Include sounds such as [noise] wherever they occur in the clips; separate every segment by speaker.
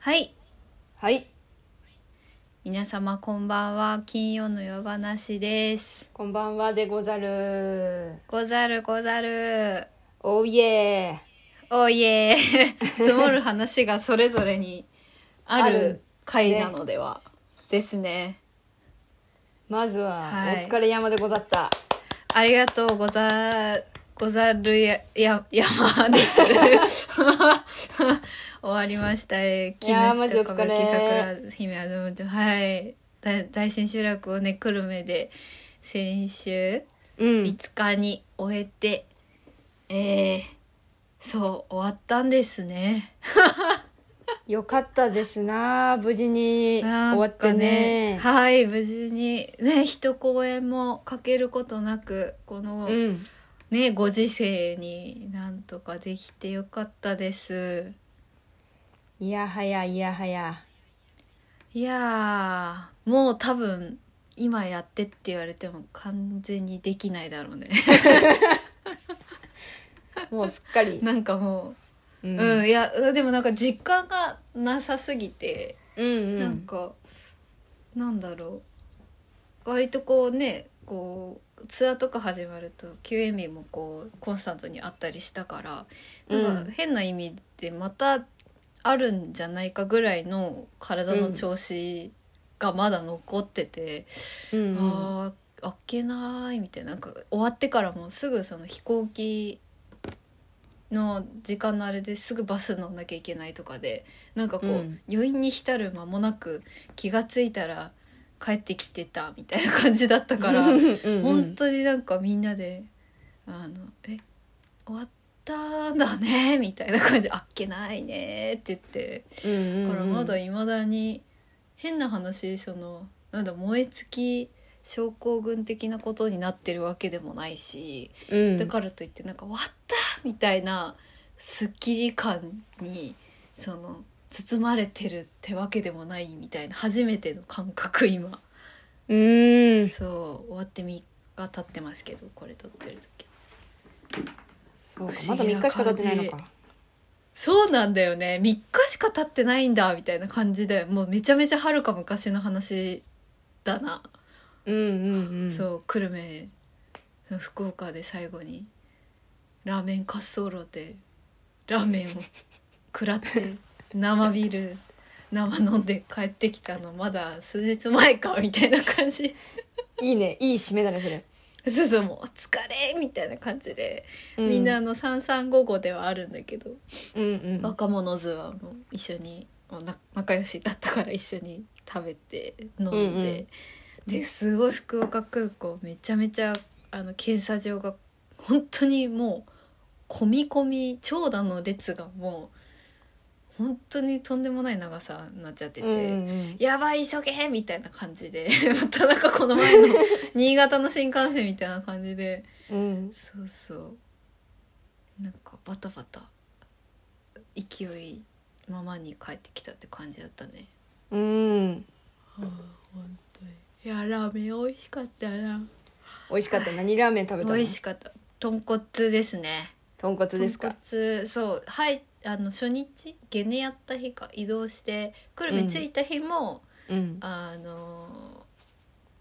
Speaker 1: はい
Speaker 2: はい、
Speaker 1: 皆様こんばんは金曜の夜話です
Speaker 2: こんばんはでござる。
Speaker 1: ござるござる
Speaker 2: おいえ。
Speaker 1: おい
Speaker 2: [laughs]
Speaker 1: え積もる話がそれぞれにあ
Speaker 2: あ
Speaker 1: る
Speaker 2: る
Speaker 1: 回なのではですね
Speaker 2: まずは、
Speaker 1: はい
Speaker 2: お疲れ山でござった。
Speaker 1: ありがとうござござるやや山です [laughs] 終わりましたえー
Speaker 2: いやーマ
Speaker 1: 木
Speaker 2: ジ
Speaker 1: 下
Speaker 2: お
Speaker 1: 小
Speaker 2: 疲
Speaker 1: 雪
Speaker 2: れ
Speaker 1: 桜姫あずもちはい大大千秋楽をね久留米で先週
Speaker 2: うん。
Speaker 1: 5日に終えて、えー、そう終わったんですね
Speaker 2: よかったですな。無事に
Speaker 1: な
Speaker 2: 終
Speaker 1: ん
Speaker 2: わって
Speaker 1: か
Speaker 2: ね。
Speaker 1: はい無事にね一公演もかけることなくこの、
Speaker 2: うん。
Speaker 1: ねご時世になんとかできてよかったです
Speaker 2: いやはやいやはや。
Speaker 1: いやーもう多分今やってって言われても完全にできないだろうね
Speaker 2: もうすっかり。
Speaker 1: [laughs] なんかも
Speaker 2: う
Speaker 1: う、
Speaker 2: ん
Speaker 1: うん、いやでもなんか実感がなさすぎて
Speaker 2: うんうん
Speaker 1: なんか、なんだろう割とこうねこうツアーとか始まると休演日もこうコンスタントにあったりしたからなん
Speaker 2: う
Speaker 1: か
Speaker 2: ん
Speaker 1: 変な意味でまたあるんじゃないかぐらいの体の調子がまだ残ってて、
Speaker 2: うんうん
Speaker 1: あーあっけないみたいななんか終わってからもすぐその飛行機の時間のあれですぐバス乗んなきゃいけないとかでなんかこう、
Speaker 2: うん
Speaker 1: 余韻に浸る間もなく気がついたら帰ってきてたみたいな感じだったから
Speaker 2: うんうん
Speaker 1: 本当になんかみんなで「あのえ終わったんだね」みたいな感じ「あっけないね」って言って。
Speaker 2: うんうんうん
Speaker 1: だからまだいまだに変な話そのなんだ燃え尽き症候群的なことになってるわけでもないし、
Speaker 2: うん
Speaker 1: だからといってなんか「終わった!」みたいなすっきり感にその包まれてるってわけでもないみたいな初めての感覚今、
Speaker 2: うん
Speaker 1: そう終わって3日経ってますけどこれ撮ってる時
Speaker 2: そうか
Speaker 1: 不
Speaker 2: ま
Speaker 1: 思
Speaker 2: だ
Speaker 1: 議
Speaker 2: 3
Speaker 1: な
Speaker 2: 日しか経ってないの
Speaker 1: 感
Speaker 2: か
Speaker 1: そうなんだよね3日しか経ってないんだみたいな感じでもうめちゃめちゃはるか昔の話だな
Speaker 2: うんうんうん
Speaker 1: そう久留米その福岡で最後にラーメン滑走路でラーメンを食らって
Speaker 2: [laughs]
Speaker 1: 生ビール生飲んで帰ってきたのまだ数日前かみたいな感じ
Speaker 2: いいねいい締めだねそれ
Speaker 1: そうそうもうお疲れみたいな感じで、
Speaker 2: う
Speaker 1: みんなあの3355ではあるんだけど、
Speaker 2: うんうん
Speaker 1: 若者図はもう一緒にもうな仲良しだったから一緒に食べて飲んで、
Speaker 2: うんうん
Speaker 1: ですごい福岡空港めちゃめちゃあの検査場が本当にもう混み込み長蛇の列がもう本当にとんでもない長さになっちゃってて。
Speaker 2: うんうん
Speaker 1: やばい急げみたいな感じで [laughs] またなんかこの前の [laughs] 新潟の新幹線みたいな感じで
Speaker 2: うん
Speaker 1: そうそうなんかバタバタ勢いままに帰ってきたって感じだったね
Speaker 2: うん
Speaker 1: 本当にいやラーメン美味しかったな
Speaker 2: 美味しかった何ラーメン食べたの
Speaker 1: 美味しかった豚骨ですね
Speaker 2: 豚骨ですか
Speaker 1: 豚骨そうはいあの初日ゲネやった日か移動して久留米着いた日も、
Speaker 2: うん
Speaker 1: あの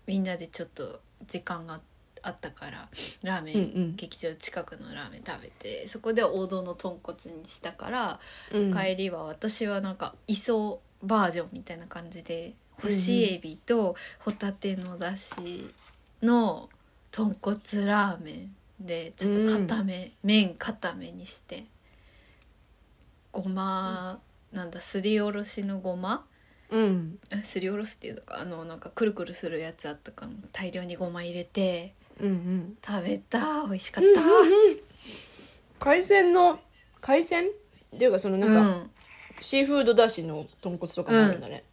Speaker 1: みんなでちょっと時間があったからラーメン、
Speaker 2: うんうん
Speaker 1: 劇場近くのラーメン食べてそこで王道の豚骨にしたから、
Speaker 2: うん
Speaker 1: 帰りは私はなんか磯バージョンみたいな感じで干しエビとホタテのだしの豚骨ラーメンでちょっと固め、麺固めにしてごま、なんだすりおろしのごま
Speaker 2: うん
Speaker 1: えすりおろすっていうのかあのなんかくるくるするやつあったから大量にごま入れて
Speaker 2: うんうん
Speaker 1: 食べた美味しかった。
Speaker 2: 海鮮の海鮮っていうかそのなんか、
Speaker 1: うん
Speaker 2: シーフードだしの豚骨とかもあるんだね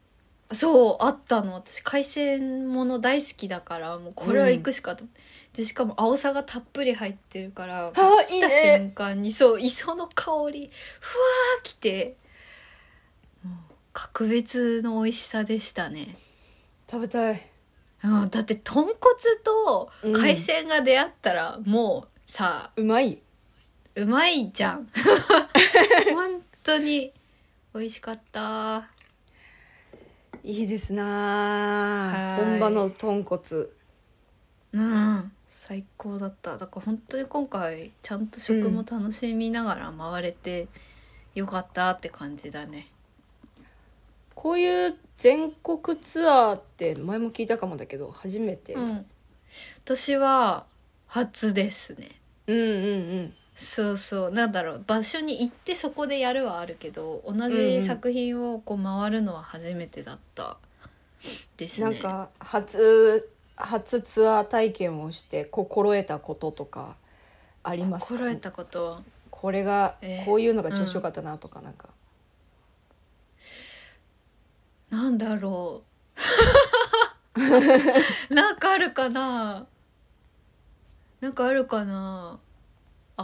Speaker 1: そうあったの私海鮮もの大好きだからもうこれは行くしかと、でしかも青さがたっぷり入ってるから
Speaker 2: あー
Speaker 1: 来た
Speaker 2: いいね
Speaker 1: 瞬間にそう磯の香りふわーきてもう格別の美味しさでしたね、
Speaker 2: 食べたい
Speaker 1: うん、だって豚骨と海鮮が出会ったらもうさ
Speaker 2: うまいう [laughs]
Speaker 1: まいじゃん本当に美味しかった
Speaker 2: いいですなあ
Speaker 1: はい
Speaker 2: 本場の豚骨
Speaker 1: うん最高だっただから本当に今回ちゃんと食も楽しみながら回れてよかったって感じだね、
Speaker 2: こういう全国ツアーって前も聞いたかもだけど初めて、
Speaker 1: うん私は初ですね
Speaker 2: うんうん
Speaker 1: そうそうなんだろう場所に行ってそこでやるはあるけど同
Speaker 2: うんうん
Speaker 1: じ作品をこう回るのは初めてだったですね
Speaker 2: なんか初初ツアー体験をして心得たこととかありますか
Speaker 1: 心得たこと
Speaker 2: これが、
Speaker 1: えー
Speaker 2: こういうのが調子よかったなとかなんか、
Speaker 1: なんだろう [laughs] なんかあるかななんかあるかな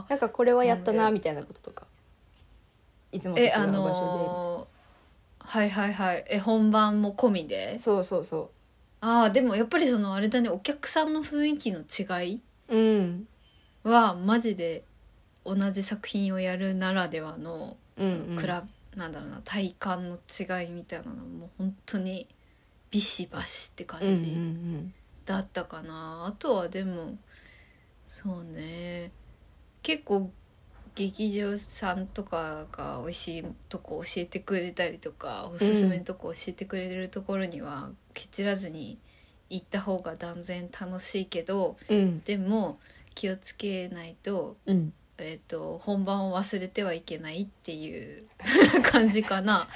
Speaker 2: なんかこれはやった
Speaker 1: うん
Speaker 2: な
Speaker 1: えー
Speaker 2: みたいなこととか、いつもと違
Speaker 1: え
Speaker 2: う
Speaker 1: あ
Speaker 2: 場所
Speaker 1: のーはいはいはいえ本番も込みで
Speaker 2: でそうそうそ
Speaker 1: ああでもやっぱりそのあれだねお客さんの雰囲気の違いう
Speaker 2: うん
Speaker 1: はマジで同じ作品をやるならではの
Speaker 2: うんうん
Speaker 1: クラブ、なんだろうな体感の違いみたいなのもう本当にビシバシって
Speaker 2: うんう
Speaker 1: 感
Speaker 2: ん
Speaker 1: じ。
Speaker 2: うん
Speaker 1: だったかなあとはでもそうね結構劇場さんとかが美味しいとこ教えてくれたりとかおすすめのとこ教えてくれるところには蹴散らずに行った方が断然楽しいけど
Speaker 2: うん
Speaker 1: でも気をつけないと,、
Speaker 2: うん
Speaker 1: えー、と本番を忘れてはいけないっていう感じかな。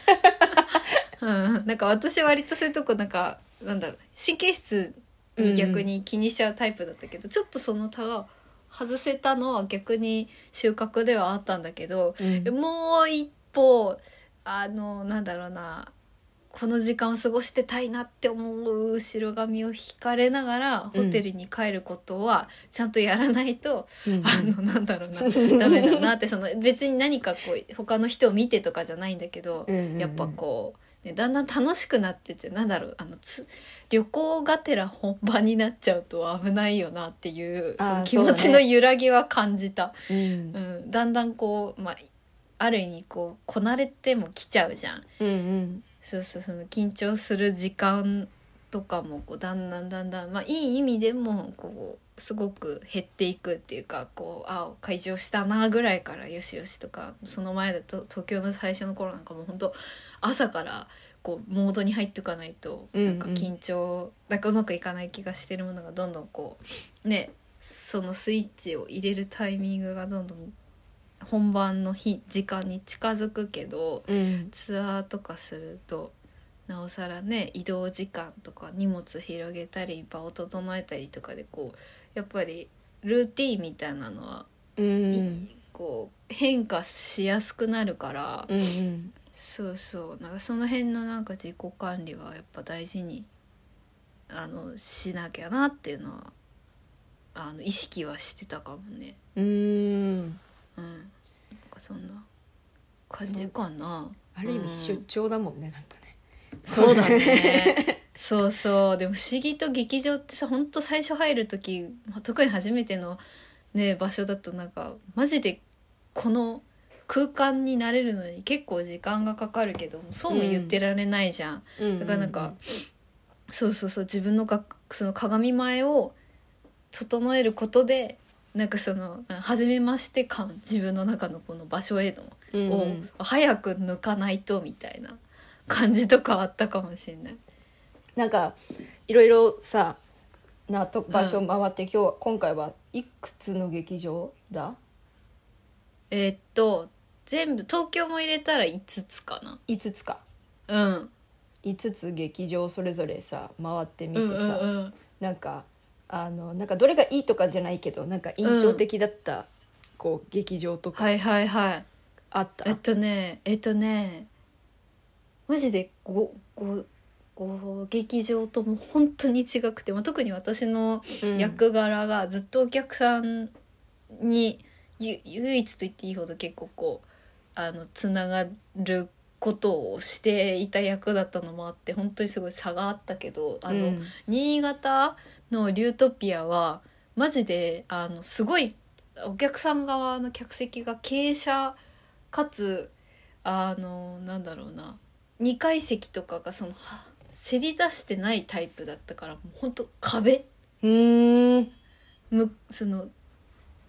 Speaker 1: うん、なんか私割とそういうとこなんかなんだろう神経質に逆に気にしちゃうタイプだったけど、ちょっとその差が外せたのは逆に収穫ではあったんだけど、
Speaker 2: うん
Speaker 1: もう一歩あのなんだろうなこの時間を過ごしてたいなって思う後ろ髪を引かれながらホテルに帰ることはちゃんとやらないと、
Speaker 2: うん
Speaker 1: あのなんだろうなダメだなってその別に何かこう他の人を見てとかじゃないんだけど、
Speaker 2: うんうんうん
Speaker 1: やっぱこう、ね、だんだん楽しくなってってなんだろうあのつ旅行がてら本番になっちゃうと危ないよなっていう
Speaker 2: あー
Speaker 1: その気
Speaker 2: そうだ
Speaker 1: 持
Speaker 2: ね
Speaker 1: ちの揺らぎは感じた
Speaker 2: う
Speaker 1: うんん、だんだんこう、まあ、ある意味こうこなれても来ちゃうじゃん。
Speaker 2: うんうん
Speaker 1: そうそうその緊張する時間とかもこうだんだんだんだん、まあ、いい意味でもこうすごく減っていくっていうかこうあ会場したなぐらいからよしよしとかその前だと東京の最初の頃なんかもう本当朝からこうモードに入っていかないと
Speaker 2: うんう
Speaker 1: なんんか緊張なんかうまくいかない気がしてるものがどんどんこうねそのスイッチを入れるタイミングがどんどん本番の日時間に近づくけど、
Speaker 2: うん
Speaker 1: ツアーとかするとなおさらね移動時間とか荷物広げたり場を整えたりとかでこうやっぱりルーティンみたいなのは、
Speaker 2: うん
Speaker 1: こう変化しやすくなるから、
Speaker 2: うんうん
Speaker 1: そうそうなんかその辺のなんか自己管理はやっぱ大事にあのしなきゃなっていうのはあの意識はしてたかもね。
Speaker 2: う
Speaker 1: う
Speaker 2: ん
Speaker 1: ん、なんかそんな感じかな。
Speaker 2: ある意
Speaker 1: うん
Speaker 2: 味出張だもんねなんかね
Speaker 1: そうだね。そうそう。でも不思議と劇場ってさ、ほんと最初入る時、まあ特に初めてのね、場所だとなんか、マジでこの空間になれるのに結構時間がかかるけど、そうも言ってられないじゃん。だからなんか、そうそうそう、自分のがその鏡前を整えることで、なんかその、初めまして感、自分の中のこの場所への
Speaker 2: うんう
Speaker 1: を
Speaker 2: ん
Speaker 1: 早く抜かないとみたいな感じとかあったかもしれない。
Speaker 2: なんかいろいろさなと
Speaker 1: ん
Speaker 2: 場所回って、今日は今回はいくつの劇場だ
Speaker 1: えーっと全部東京も入れたら5つかな。
Speaker 2: 5つか
Speaker 1: うん。
Speaker 2: 5つ劇場それぞれさ回ってみて
Speaker 1: う
Speaker 2: さ、
Speaker 1: んうんうん。
Speaker 2: なんかあのなんかどれがいいとかじゃないけどなんか印象的だった、こう劇場とか
Speaker 1: はいはいはい。
Speaker 2: あった、
Speaker 1: えっとねえっとねマジでごごご劇場とも本当に違くて、まあ、特に私の
Speaker 2: うん
Speaker 1: 役柄がずっとお客さんにゆ唯一と言っていいほど結構こうあのつながることをしていた役だったのもあって本当にすごい差があったけどあの、
Speaker 2: うん
Speaker 1: 新潟のリュートピアはマジであのすごいお客さん側の客席が傾斜かつあのなんだろうな2階席とかがそのはせり出してないタイプだったからもうほんと壁
Speaker 2: うーん
Speaker 1: むその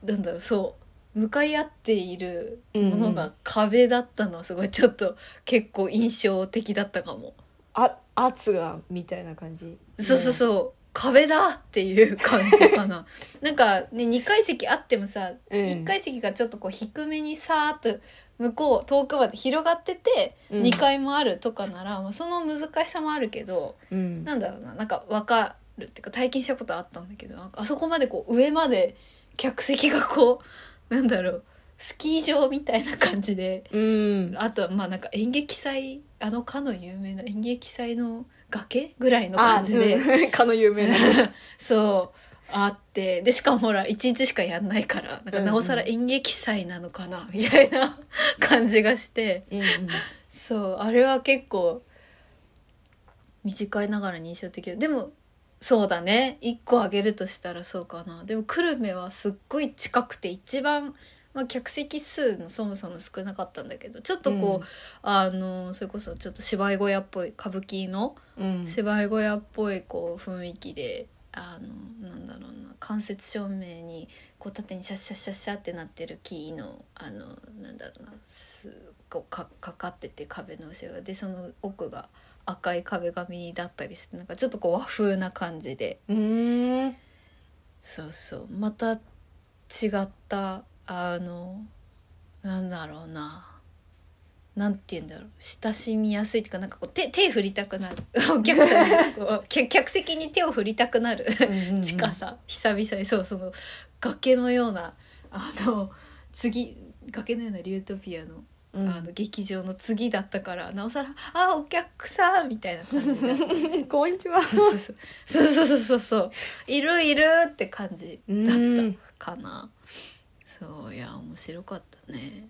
Speaker 1: なんだろうそう向かい合っているもの
Speaker 2: うんう
Speaker 1: が壁だったのはすごいちょっと結構印象的だったかも。
Speaker 2: あ圧がみたいな感じ
Speaker 1: そうそうそう、壁だっていう感じか
Speaker 2: [laughs]
Speaker 1: ななんかね2階席あってもさ、
Speaker 2: うん
Speaker 1: 1階席がちょっとこう低めにさーっと向こう遠くまで広がってて、
Speaker 2: うん
Speaker 1: 2階もあるとかなら、まあ、その難しさもあるけど
Speaker 2: うん
Speaker 1: なんだろうななんか分かるっていうか体験したことあったんだけどなんかあそこまでこう上まで客席がこう [laughs] なんだろうスキー場みたいな感じで
Speaker 2: うん
Speaker 1: あとはまあなんか演劇祭あのかの有名な演劇祭の崖ぐらいの
Speaker 2: あ
Speaker 1: 感じで。
Speaker 2: うん [laughs] かの有名な
Speaker 1: [laughs] そうあってでしかもほら一日しかやんないからなんかなおさら演劇祭なのかな、みたいな感じがして
Speaker 2: うん
Speaker 1: そうあれは結構短いながらに印象的ででもそうだね1個あげるとしたらそうかなでも久留米はすっごい近くて一番、まあ、客席数もそもそも少なかったんだけどちょっとこう、
Speaker 2: うん
Speaker 1: あのそれこそちょっと芝居小屋っぽい歌舞伎の
Speaker 2: うん
Speaker 1: 芝居小屋っぽいこう雰囲気であのなんだろうな間接照明にこう縦にシャッシャッシャッシャッってなってる木のあのなんだろうなすこうかかかってて壁の後ろがでその奥が赤い壁紙だったりしてなんかちょっとこう和風な感じで
Speaker 2: うーん
Speaker 1: そうそうまた違ったあのなんだろうななんて言うんだろう親しみやすいっていうかなんかこう手手振りたくなる [laughs] お客さんにこ
Speaker 2: [laughs]
Speaker 1: う客客席に手を振りたくなる
Speaker 2: うんうん
Speaker 1: 近さ久々にそうその崖のようなあの次崖のようなリュートピアの
Speaker 2: うん
Speaker 1: あの劇場の次だったからなおさら「あお客さん」みたいな感じだった
Speaker 2: [laughs] こんにちは
Speaker 1: そうそうそうそうそうそうそういるいるって感じだ
Speaker 2: うん
Speaker 1: ったかなそういや面白かったね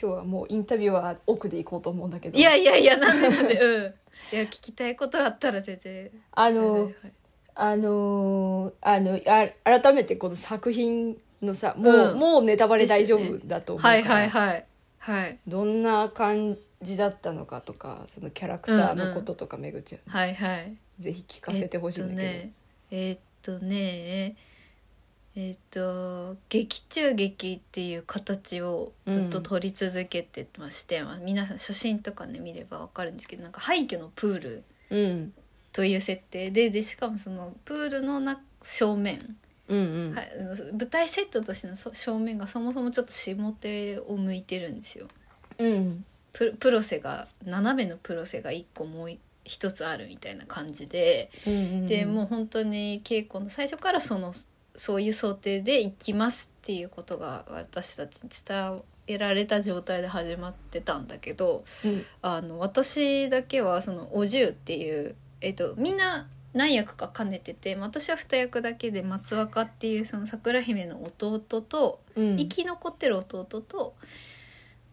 Speaker 2: 今日はもうインタビューは奥で行こうと思うんだけど
Speaker 1: いやいやいやなんでなんでうんいや聞きたいことがあったら全然
Speaker 2: あ
Speaker 1: はいは
Speaker 2: の
Speaker 1: いはい
Speaker 2: あのーあのあ改めてこの作品のさもう、
Speaker 1: うん
Speaker 2: もうネタバレ大丈
Speaker 1: です
Speaker 2: 夫
Speaker 1: よ
Speaker 2: だと思うか
Speaker 1: は
Speaker 2: ら、
Speaker 1: いはいはいはい
Speaker 2: どんな感じだったのかとかそのキャラクターのこととかめぐちゃん、
Speaker 1: はいはい
Speaker 2: ぜひ聞かせてほしいんだけど、
Speaker 1: えっとねえっとねえっと劇中劇っていう形をずっと撮り続けてまして、まあ皆さん写真とかね見ればわかるんですけどなんか廃墟のプール
Speaker 2: うん
Speaker 1: という設定ででしかもそのプールのな正面、
Speaker 2: うんうん
Speaker 1: はい、あの舞台セットとしてのそ正面がそもそもちょっと下手を向いてるんですよ。
Speaker 2: うん
Speaker 1: プロプロセが斜めのプロセが1個もう一つあるみたいな感じで、
Speaker 2: うん
Speaker 1: でもう本当に稽古の最初からそのそういう想定で行きますっていうことが私たちに伝えられた状態で始まってたんだけど、
Speaker 2: うん
Speaker 1: あの私だけはそのお重っていう、えっとみんな何役か兼ねてて私は二役だけで松若っていうその桜姫の弟と、
Speaker 2: うん
Speaker 1: 生き残ってる弟と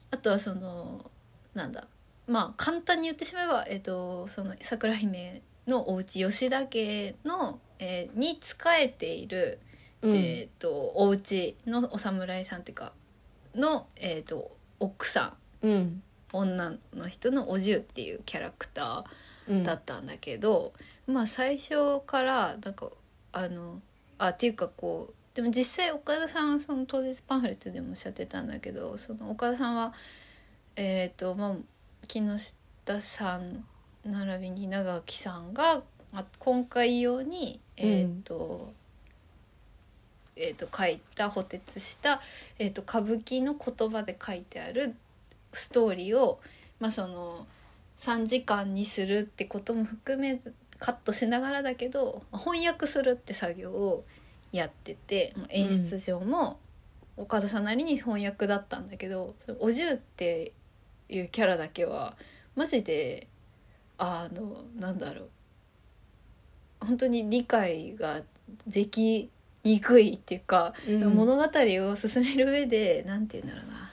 Speaker 1: あとはそのなんだまあ簡単に言ってしまえば、えっとその桜姫のお家吉田家の、えーに仕えている、
Speaker 2: うん
Speaker 1: えっとお家のお侍さんっていうかの、えっと奥さん
Speaker 2: うん
Speaker 1: 女の人のおじゅうっていうキャラクタ
Speaker 2: うん
Speaker 1: ーだったんだけど、まあ最初からなんかあのあっていうかこうでも実際岡田さんはその当日パンフレットでもおっしゃってたんだけどその岡田さんはえっ、とまあ木下さん並びに長木さんが、まあ、今回用にえっ、と、えっ、と書いた補徹した、えー、と歌舞伎の言葉で書いてあるストーリーを、まあ、その3時間にするってことも含めカットしながらだけどまあ翻訳するって作業をやっててまあ演出上も岡田さんなりに翻訳だったんだけど、そのおじゅうっていうキャラだけはマジであのなんだろう本当に理解ができにくいっていうか、
Speaker 2: うん
Speaker 1: 物語を進める上でなんて言うんだろうなな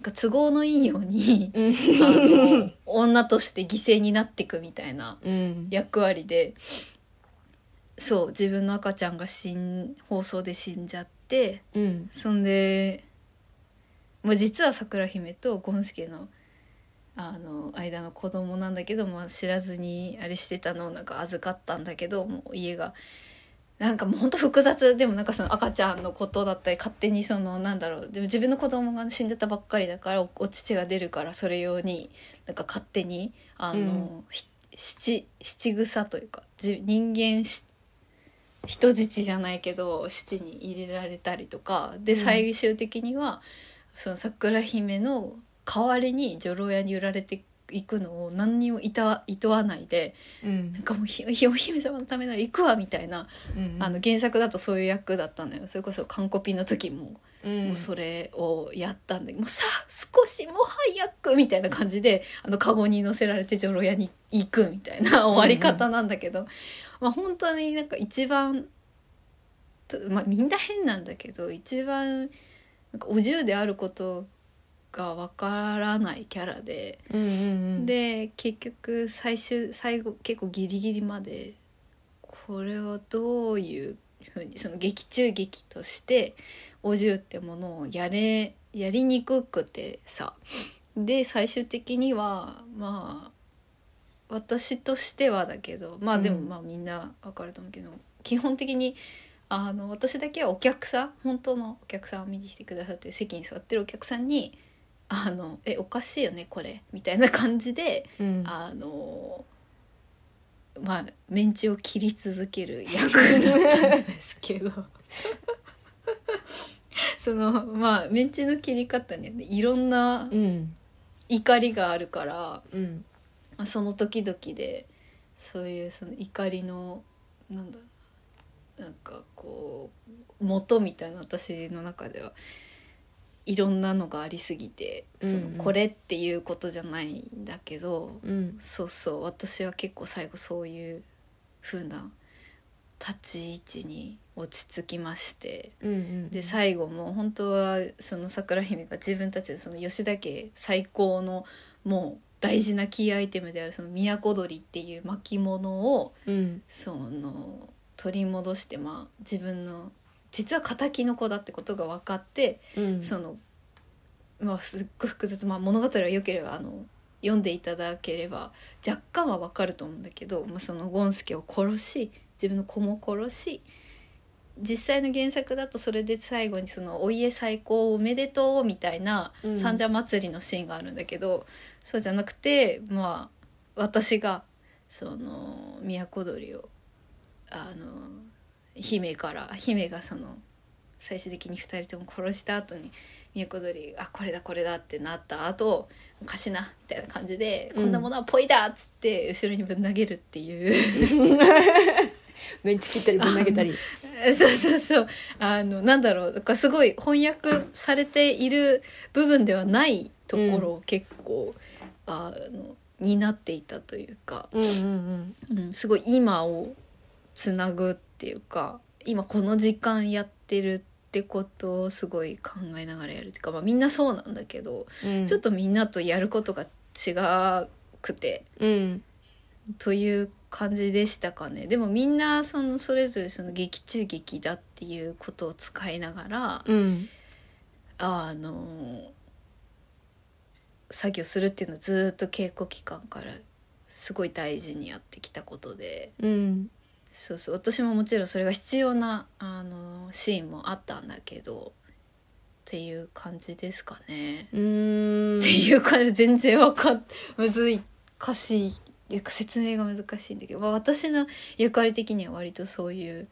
Speaker 1: んか都合のいいように、
Speaker 2: う
Speaker 1: あ
Speaker 2: ん
Speaker 1: の女として犠牲になっていくみたいな
Speaker 2: うん
Speaker 1: 役割でそう自分の赤ちゃんが死ん放送で死んじゃって
Speaker 2: うん
Speaker 1: そんで、まあ、実は桜姫と権助のあの間の子供なんだけど、まあ、知らずにあれしてたのをなんか預かったんだけどもう家がなんかもうほんと複雑でもなんかその赤ちゃんのことだったり勝手にそのなんだろうでも自分の子供が死んでたばっかりだからおお乳が出るからそれ用になんか勝手にあの、
Speaker 2: うん
Speaker 1: ひ七七草というかじ人間し人質じゃないけど七に入れられたりとかで
Speaker 2: うん
Speaker 1: 最終的には、その桜姫の代わりに女郎屋に売られていくのを何にもいたいとわないで
Speaker 2: うん
Speaker 1: なんかもうひひお姫様のためなら行くわみたいな、
Speaker 2: うん
Speaker 1: あの原作だとそういう役だったのよそれこそ完コピの時も、
Speaker 2: うん
Speaker 1: もうそれをやったんだけどもうさあ少しも早くみたいな感じであのカゴに乗せられて女郎屋に行くみたいな終わり方なんだけど、まあ本当になんか一番とまあみんな変なんだけど一番なんかお重であることがわからないキャラで、
Speaker 2: うんうんうん
Speaker 1: で結局最終最後結構ギリギリまでこれはどういうふうにその劇中劇としてお重ってものをやれやりにくくてさで最終的にはまあ私としてはだけどまあでも
Speaker 2: うん
Speaker 1: まあみんなわかると思うけど、基本的にあの私だけはお客さん本当のお客さんを見に来てくださってる席に座ってるお客さんに「あのえおかしいよねこれ」みたいな感じで
Speaker 2: うん
Speaker 1: あのまあメンチを切り続ける役だったんですけど [laughs] そのまあメンチの切り方にはねいろんな
Speaker 2: うん
Speaker 1: 怒りがあるから、
Speaker 2: うん
Speaker 1: まあその時々でそういうその怒りのなんだろうななんかこう元みたいな私の中ではいろんなのがありすぎてそ
Speaker 2: うんうん
Speaker 1: のこれっていうことじゃないんだけど、
Speaker 2: うん
Speaker 1: そうそう私は結構最後そういう風な立ち位置に落ち着きまして
Speaker 2: うんうん
Speaker 1: で最後も本当はその桜姫が自分たちのその吉田家最高のもう大事なキーアイテムであるその都鳥っていう巻物を
Speaker 2: うん
Speaker 1: その取り戻してまあ自分の実は敵の子だってことが分かって
Speaker 2: うん
Speaker 1: そのまあすっごい複雑、まあ、物語は良ければあの読んでいただければ若干はわかると思うんだけど、まあ、そのゴンスケを殺し自分の子も殺し実際の原作だとそれで最後にその「お家最高おめでとう」みたいな
Speaker 2: うん
Speaker 1: 三社祭りのシーンがあるんだけど、そうじゃなくてまあ私がその都鳥をあの姫から姫がその最終的に2人とも殺した後に都鳥が「あこれだこれだ」ってなった後「おかしな」みたいな感じで「
Speaker 2: うん
Speaker 1: こんなものはポイだ!」っつって後ろにぶん投げるっていう
Speaker 2: メンチ切ったりぶん投げたり
Speaker 1: [laughs] そうそうそうあのなんだろうだからすごい翻訳されている部分ではないところを結構、あの担っていたというか。
Speaker 2: うんうん
Speaker 1: うん、すごい今をつなぐっていうか今この時間やってるってことをすごい考えながらやるっていうか、まあ、みんなそうなんだけど、
Speaker 2: うん
Speaker 1: ちょっとみんなとやることが違くて
Speaker 2: うん
Speaker 1: という感じでしたかねでもみんなそのそれぞれその劇中劇だっていうことを使いながら、
Speaker 2: うん
Speaker 1: あの作業するっていうのをずっと稽古期間からすごい大事にやってきたことで。
Speaker 2: うん
Speaker 1: そうそう私ももちろんそれが必要なあのシーンもあったんだけどっていう感じですかね。
Speaker 2: うーん
Speaker 1: っていう感じ全然わかんむずいかしいいや説明が難しいんだけど、まあ、私の役割的には割とそういう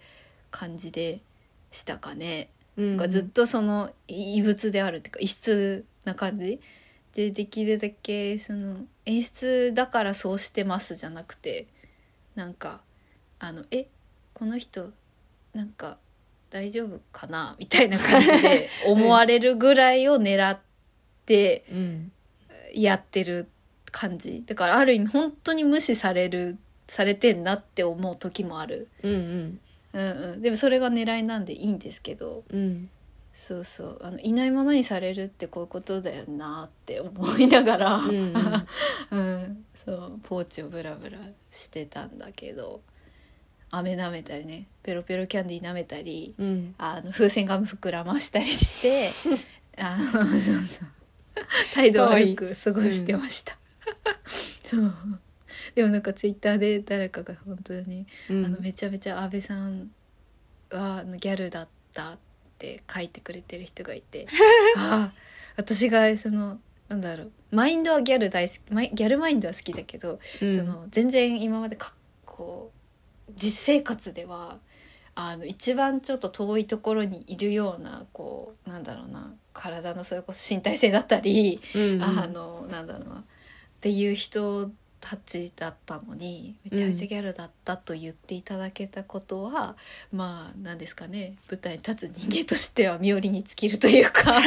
Speaker 1: 感じでしたかね。
Speaker 2: うん
Speaker 1: がずっとその異物であるっていうか異質な感じでできるだけその演出だからそうしてますじゃなくてなんかあのえこの人なんか大丈夫かなみたいな感じ
Speaker 2: [laughs]
Speaker 1: で思われるぐらいを狙って
Speaker 2: うん
Speaker 1: やってる感じだからある意味本当に無視されるされてんなって思う時もある、
Speaker 2: うんうん
Speaker 1: うんうん、でもそれが狙いなんでいいんですけど
Speaker 2: うん
Speaker 1: そうそうあのいないものにされるってこういうことだよなって思いながら、
Speaker 2: うんうん
Speaker 1: [laughs] うんそうポーチをブラブラしてたんだけど飴舐めたりねペロペロキャンディー舐めたり
Speaker 2: うん
Speaker 1: あの風船ガム膨らましたり
Speaker 2: [laughs]
Speaker 1: してあのそうそう態度悪く過ごしてました。 [laughs] そうでもなんかツイッターで誰かが本当に、
Speaker 2: うん
Speaker 1: あのめちゃめちゃ安倍さんはあのギャルだったって書いてくれてる人がい
Speaker 2: [laughs]
Speaker 1: てああ私がそのなんだろうマインドはギャル大好きマイギャルマインドは好きだけど、
Speaker 2: うん
Speaker 1: その全然今までかこう実生活ではあの一番ちょっと遠いところにいるようなこうなんだろうな体のそれこそ身体性だったり、
Speaker 2: うん
Speaker 1: あのなんだろうなっていう人たちだったのにめちゃめちゃギャルだったと言っていただけたことは、まあなんですかね舞台に立つ人間としては冥利に尽きるという
Speaker 2: [laughs]
Speaker 1: か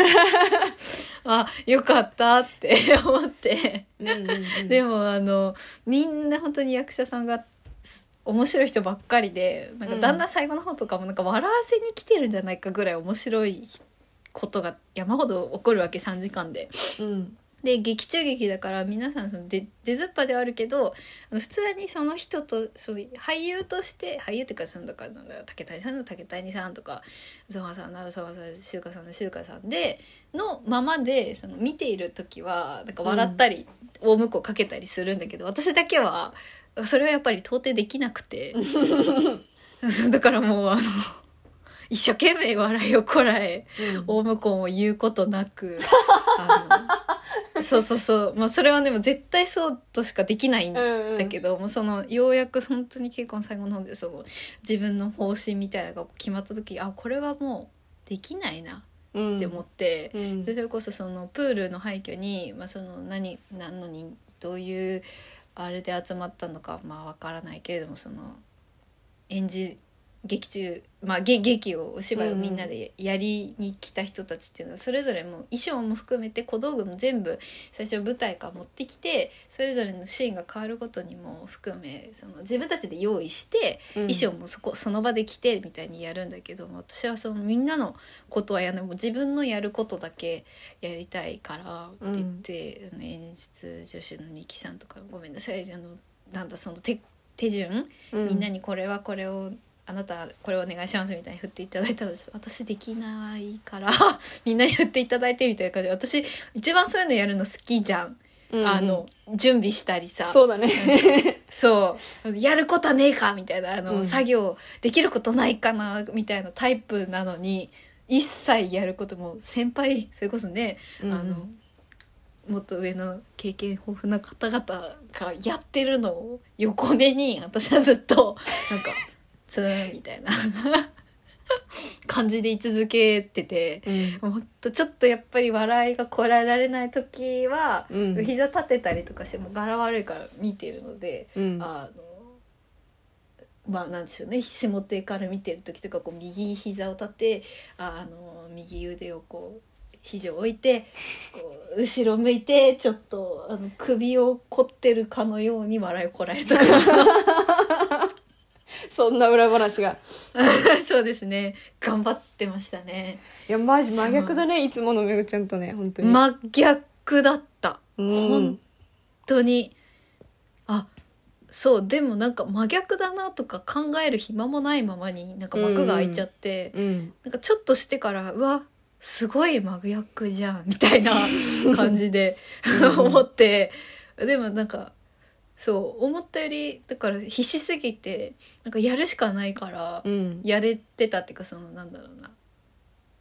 Speaker 1: あよかったって [laughs] 思って
Speaker 2: うんうんうん
Speaker 1: でもあのみんな本当に役者さんがす面白い人ばっかりでなんかだんだん最後の方とかもなんか笑わせに来てるんじゃないかぐらい面白いことが山ほど起こるわけ3時間で。
Speaker 2: うん
Speaker 1: で劇中劇だから皆さんその出出ずっぱではあるけどあの普通にその人とそういう俳優として俳優っていうかそのだからなんだ竹谷さんの竹谷さんとかゾマさんならゾマさん静香さんの静香さんでのままでその見ている時はなんか笑ったり、大向こうかけたりするんだけど私だけはそれはやっぱり到底できなくてそうだからもうあの一生懸命笑いをこらえ大向こうも言うことなくあのそうそうそう、まあ、それはでも絶対そうとしかできないんだ
Speaker 2: うん
Speaker 1: けど、もうそのようやく本当に結婚最後の方でその自分の方針みたいなのが決まった時あこれはもうできないな
Speaker 2: うん
Speaker 1: って思って。
Speaker 2: うん
Speaker 1: でそれこそそのプールの廃墟に、まあ、その何何のにどういうあれで集まったのかまあわからないけれどもその演じ劇中、まあ、げ劇をお芝居をみんなでやりに来た人たちっていうのはそれぞれもう衣装も含めて小道具も全部最初舞台から持ってきてそれぞれのシーンが変わることにも含めその自分たちで用意して
Speaker 2: うん
Speaker 1: 衣装もそこその場で着てみたいにやるんだけども私はそのみんなのことはやらないもう自分のやることだけやりたいからって言って、あの演出助手のミキさんとか「ごめんなさいあのなんだその手手順、みんなにこれはこれをあなたこれお願いします」みたいに振っていただいたのです私できないから [laughs] みんなに振っていただいてみたいな感じで私一番そういうのやるの好きじゃん、
Speaker 2: うんうん
Speaker 1: あの準備したりさ。
Speaker 2: そうだね
Speaker 1: そうやることはねえかみたいなあの、
Speaker 2: うん
Speaker 1: 作業できることないかなみたいなタイプなのに一切やることも先輩それこそね、あのもっと上の経験豊富な方々がやってるのを横目に私はずっと
Speaker 2: [laughs]
Speaker 1: なんかツーンみたいな [laughs] 感じで居続けてて。
Speaker 2: うん
Speaker 1: もっとちょっとやっぱり笑いがこらえられない時は、
Speaker 2: うん
Speaker 1: 膝立てたりとかしても柄悪いから見てるので、
Speaker 2: うん
Speaker 1: あのまあなんでしょうね下手から見てる時とかこう右膝を立てああの右腕をこう肘を置いてこう後ろ向いてちょっとあの首を凝ってるかのように笑いをこらえるとか [laughs]
Speaker 2: そんな裏話が
Speaker 1: そうですね頑張ってましたね
Speaker 2: いやマジ真逆だねいつものめぐちゃんとね本当に
Speaker 1: 真逆だった
Speaker 2: うん
Speaker 1: 本当にあそうでもなんか真逆だなとか考える暇もないままになんか幕が開いちゃって、
Speaker 2: うん
Speaker 1: なんかちょっとしてからうわすごい真逆じゃんみた
Speaker 2: [laughs]
Speaker 1: いな感じで
Speaker 2: うん
Speaker 1: 思ってでもなんかそう思ったよりだから必死すぎてなんかやるしかないから
Speaker 2: うん
Speaker 1: やれてたっていうかそのなんだろうな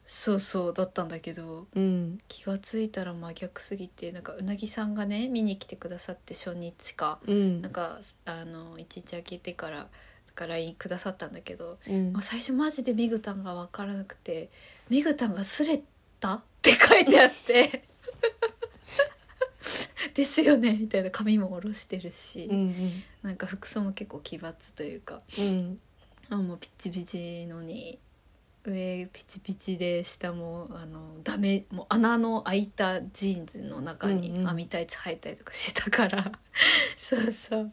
Speaker 1: そうそうだったんだけど
Speaker 2: うん
Speaker 1: 気がついたら真逆すぎてなんかうなぎさんがね見に来てくださって初日か
Speaker 2: うん
Speaker 1: なんかあの一日明けてからなんか LINE くださったんだけど
Speaker 2: うん
Speaker 1: まあ最初マジでメグタンが分からなくて「メグタンが擦れた?」って書いてあって「ですよね」みたいな髪も下ろしてるし、
Speaker 2: うん
Speaker 1: なんか服装も結構奇抜というか
Speaker 2: うん
Speaker 1: あもうピチピチのに上ピチピチで下もあのダメもう穴の開いたジーンズの中
Speaker 2: うんう
Speaker 1: に
Speaker 2: ん
Speaker 1: 網タイツ履いたりとかしてたから、 [laughs] そうそう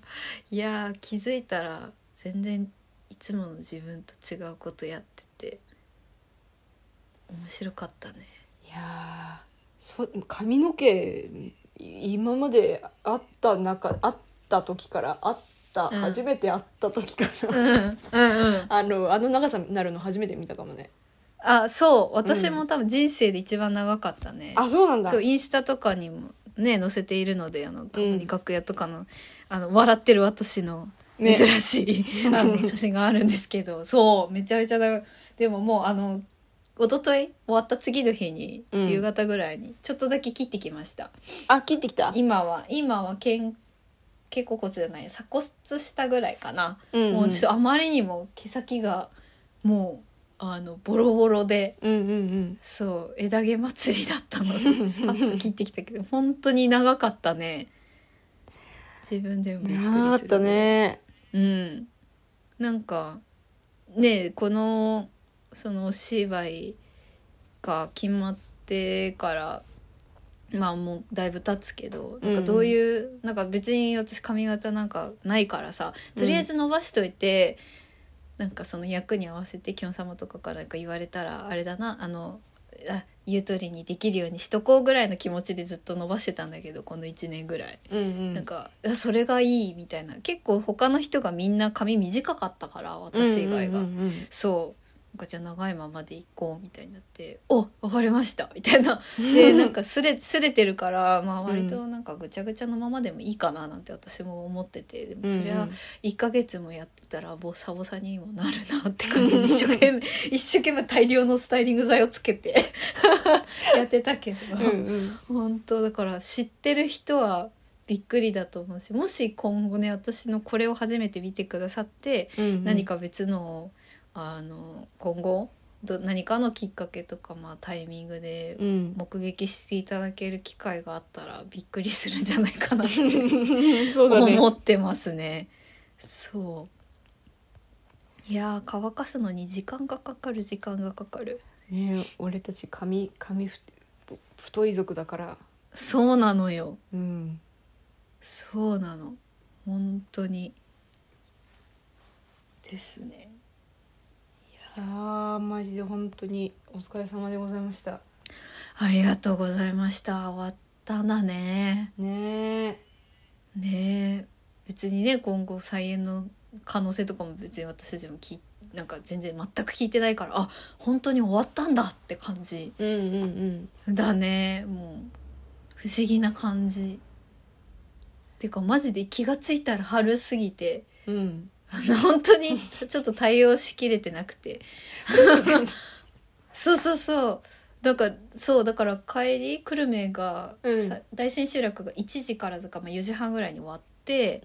Speaker 1: いやー気づいたら全然いつもの自分と違うことやってて面白かったね
Speaker 2: いやーそ髪の毛今まで会った中会った時から会った、
Speaker 1: うん
Speaker 2: 初めて会った時か
Speaker 1: [laughs]
Speaker 2: ら、
Speaker 1: うんうんうん
Speaker 2: [laughs] あのあの長さになるの初めて見たかもね
Speaker 1: あそう私も多分人生で一番長かったね、
Speaker 2: あそうなんだ
Speaker 1: そうインスタとかにもね載せているのであのたまに楽屋とかの,、あの笑ってる私の
Speaker 2: ね
Speaker 1: 珍しい、あの写真があるんですけどそうめちゃめちゃだでももうあの一昨日終わった次の日に、
Speaker 2: うん
Speaker 1: 夕方ぐらいにちょっとだけ切ってきました
Speaker 2: あ切ってきた、
Speaker 1: 今は今は肩肩甲骨じゃない鎖骨下ぐらいかな、
Speaker 2: うん
Speaker 1: もうちょっとあまりにも毛先がもうあのボロボロで
Speaker 2: うんうんうん
Speaker 1: そう枝毛祭りだったのでさっと切ってきたけど本当に長かったね自分でもびっくりする
Speaker 2: なかったね
Speaker 1: うんなんかねえこのそのお芝居が決まってからまあもうだいぶ経つけどなんかどういう、なんか別に私髪型なんかないからさとりあえず伸ばしといて、なんかその役に合わせてきょん様とかからなんか言われたらあれだなあのあ言う通りにできるようにしとこうぐらいの気持ちでずっと伸ばしてたんだけどこの1年ぐらい。
Speaker 2: うんうん
Speaker 1: なんかあそれがいいみたいな結構他の人がみんな髪短かったから私以外が、
Speaker 2: うんうんうんうん
Speaker 1: そうなんかじゃあ長いままで行こうみたいになって「おわかりました」みたいなで
Speaker 2: [laughs]
Speaker 1: なんかすれすれてるから、まあ、割となんかぐちゃぐちゃのままでもいいかななんて私も思っててでもそり
Speaker 2: う
Speaker 1: ゃ
Speaker 2: ん
Speaker 1: 1ヶ月もやってたらボサボサにもなるなって感じで一生懸命一生懸命大量のスタイリング剤をつけて [laughs] やってたけど。
Speaker 2: うんうん
Speaker 1: 本当だから知ってる人はびっくりだと思うしもし今後ね私のこれを初めて見てくださって、
Speaker 2: うんうん
Speaker 1: 何か別のをあの今後ど何かのきっかけとか、まあ、タイミングで
Speaker 2: うん
Speaker 1: 目撃していただける機会があったらびっくりするんじゃないかなって
Speaker 2: [laughs] そうだね
Speaker 1: 思ってますね。そういやー乾かすのに時間がかかる時間がかかる
Speaker 2: ね俺たち髪髪ふ太い族だから
Speaker 1: そうなのよ
Speaker 2: うん
Speaker 1: そうなの本当にですね
Speaker 2: さあマジで本当にお疲れ様でございました
Speaker 1: ありがとうございました終わったんだね
Speaker 2: ね
Speaker 1: ねえ別にね今後再演の可能性とかも別に私たちも聞いなんか全然全く聞いてないからあ本当に終わったんだって感じ
Speaker 2: うんうんうん
Speaker 1: だねもう不思議な感じてかマジで気がついたら春過ぎて
Speaker 2: うん
Speaker 1: あの [laughs] 本当にちょっと対応しきれてなく
Speaker 2: [laughs]
Speaker 1: てそうそうそうだからそうだから帰り久留米が、
Speaker 2: うん
Speaker 1: さ大仙集落が1時からとか、まあ、4時半ぐらいに終わって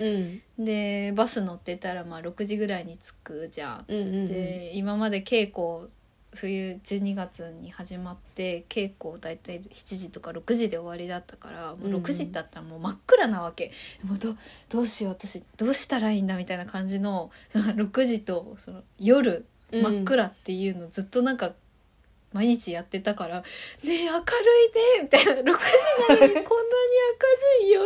Speaker 2: うん
Speaker 1: でバス乗ってたらまあ6時ぐらいに着くじゃん。
Speaker 2: うんうん
Speaker 1: で今まで稽古冬12月に始まって稽古大体7時とか6時で終わりだったからも
Speaker 2: んう
Speaker 1: うん6時だったらもう真っ暗なわけ、もうどどうしよう私どうしたらいいんだみたいな感じのその6時とその夜
Speaker 2: うん
Speaker 1: 真っ暗っていうのずっとなんか毎日やってたから「ねえ明るいね」みたいな「6時なのにこんなに明るいよ」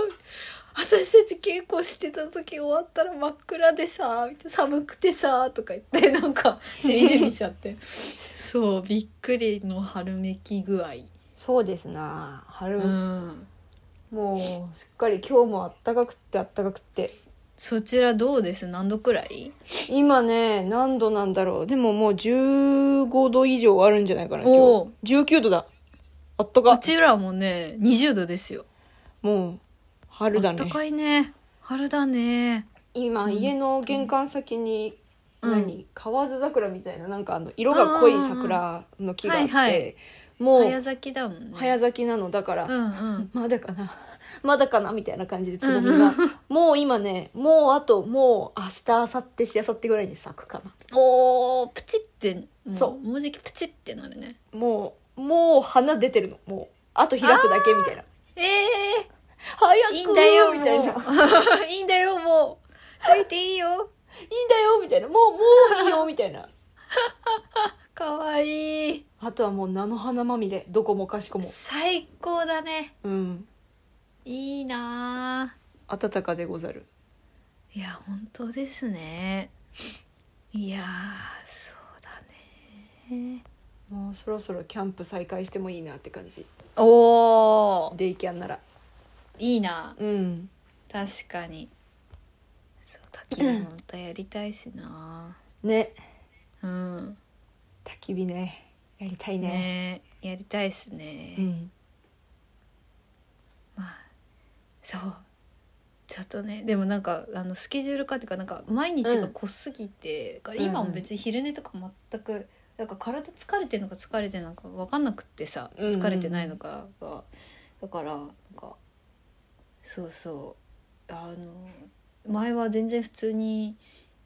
Speaker 1: 私たち稽古してた時終わったら真っ暗でさみたいな寒くてさとか言ってなんかしみじみしちゃってそうびっくりの春めき具合
Speaker 2: そうですな春、
Speaker 1: うん
Speaker 2: もうしっかり今日も暖かくって暖かくって
Speaker 1: そちらどうです何度くらい
Speaker 2: 今ね何度なんだろうでももう15度以上あるんじゃないかな
Speaker 1: お
Speaker 2: 今
Speaker 1: ー
Speaker 2: 日19度だあった
Speaker 1: う
Speaker 2: か
Speaker 1: ちらもね20度ですよ
Speaker 2: もう春だ
Speaker 1: 暖
Speaker 2: ね
Speaker 1: かいね春だね
Speaker 2: 今家の玄関先に
Speaker 1: うん
Speaker 2: 何河津桜みたいななんかあの色が濃い桜の木があっ
Speaker 1: はいはい
Speaker 2: ても
Speaker 1: 早
Speaker 2: う
Speaker 1: 咲きだもんね
Speaker 2: 早咲きなのだから
Speaker 1: うんう
Speaker 2: [laughs]
Speaker 1: ん
Speaker 2: まだかなまだかなみたいな感じでつぼみが [laughs] もう今ねもうあともう明日明後日しあさってぐらいに咲くかな
Speaker 1: おープチってもう
Speaker 2: そう
Speaker 1: もうじきプチってなるね
Speaker 2: もうもう花出てるのもうあと開くだけみたいな
Speaker 1: ええ
Speaker 2: 早く
Speaker 1: いいんだよ
Speaker 2: み [laughs] たいないいんだよ
Speaker 1: もう [laughs] いいんだよもう咲いていいよ
Speaker 2: みたいなもうもういいよみたいな
Speaker 1: かわいい
Speaker 2: あとはもう菜の花まみれどこもかしこも
Speaker 1: 最高だね
Speaker 2: [laughs] うん
Speaker 1: いいなあ
Speaker 2: 暖かでござる
Speaker 1: いや本当ですねいやーそうだね
Speaker 2: もうそろそろキャンプ再開してもいいなって感じ
Speaker 1: おー
Speaker 2: デイキャンなら
Speaker 1: いいな
Speaker 2: うん
Speaker 1: 確かにそう焚き火もまたやりたいしな
Speaker 2: ね
Speaker 1: うん
Speaker 2: 焚き火ねやりたいね
Speaker 1: ねやりたいっすね、
Speaker 2: うん
Speaker 1: まあそうちょっとねでもなんかあのスケジュール化っていうかなんか毎日が濃すぎて、だから今も別に昼寝とか全くなんか体疲れてるのか疲れてないのか分かんなくってさ
Speaker 2: うんうん
Speaker 1: 疲れてないのかが、だからなんかそうそうあの前は全然普通に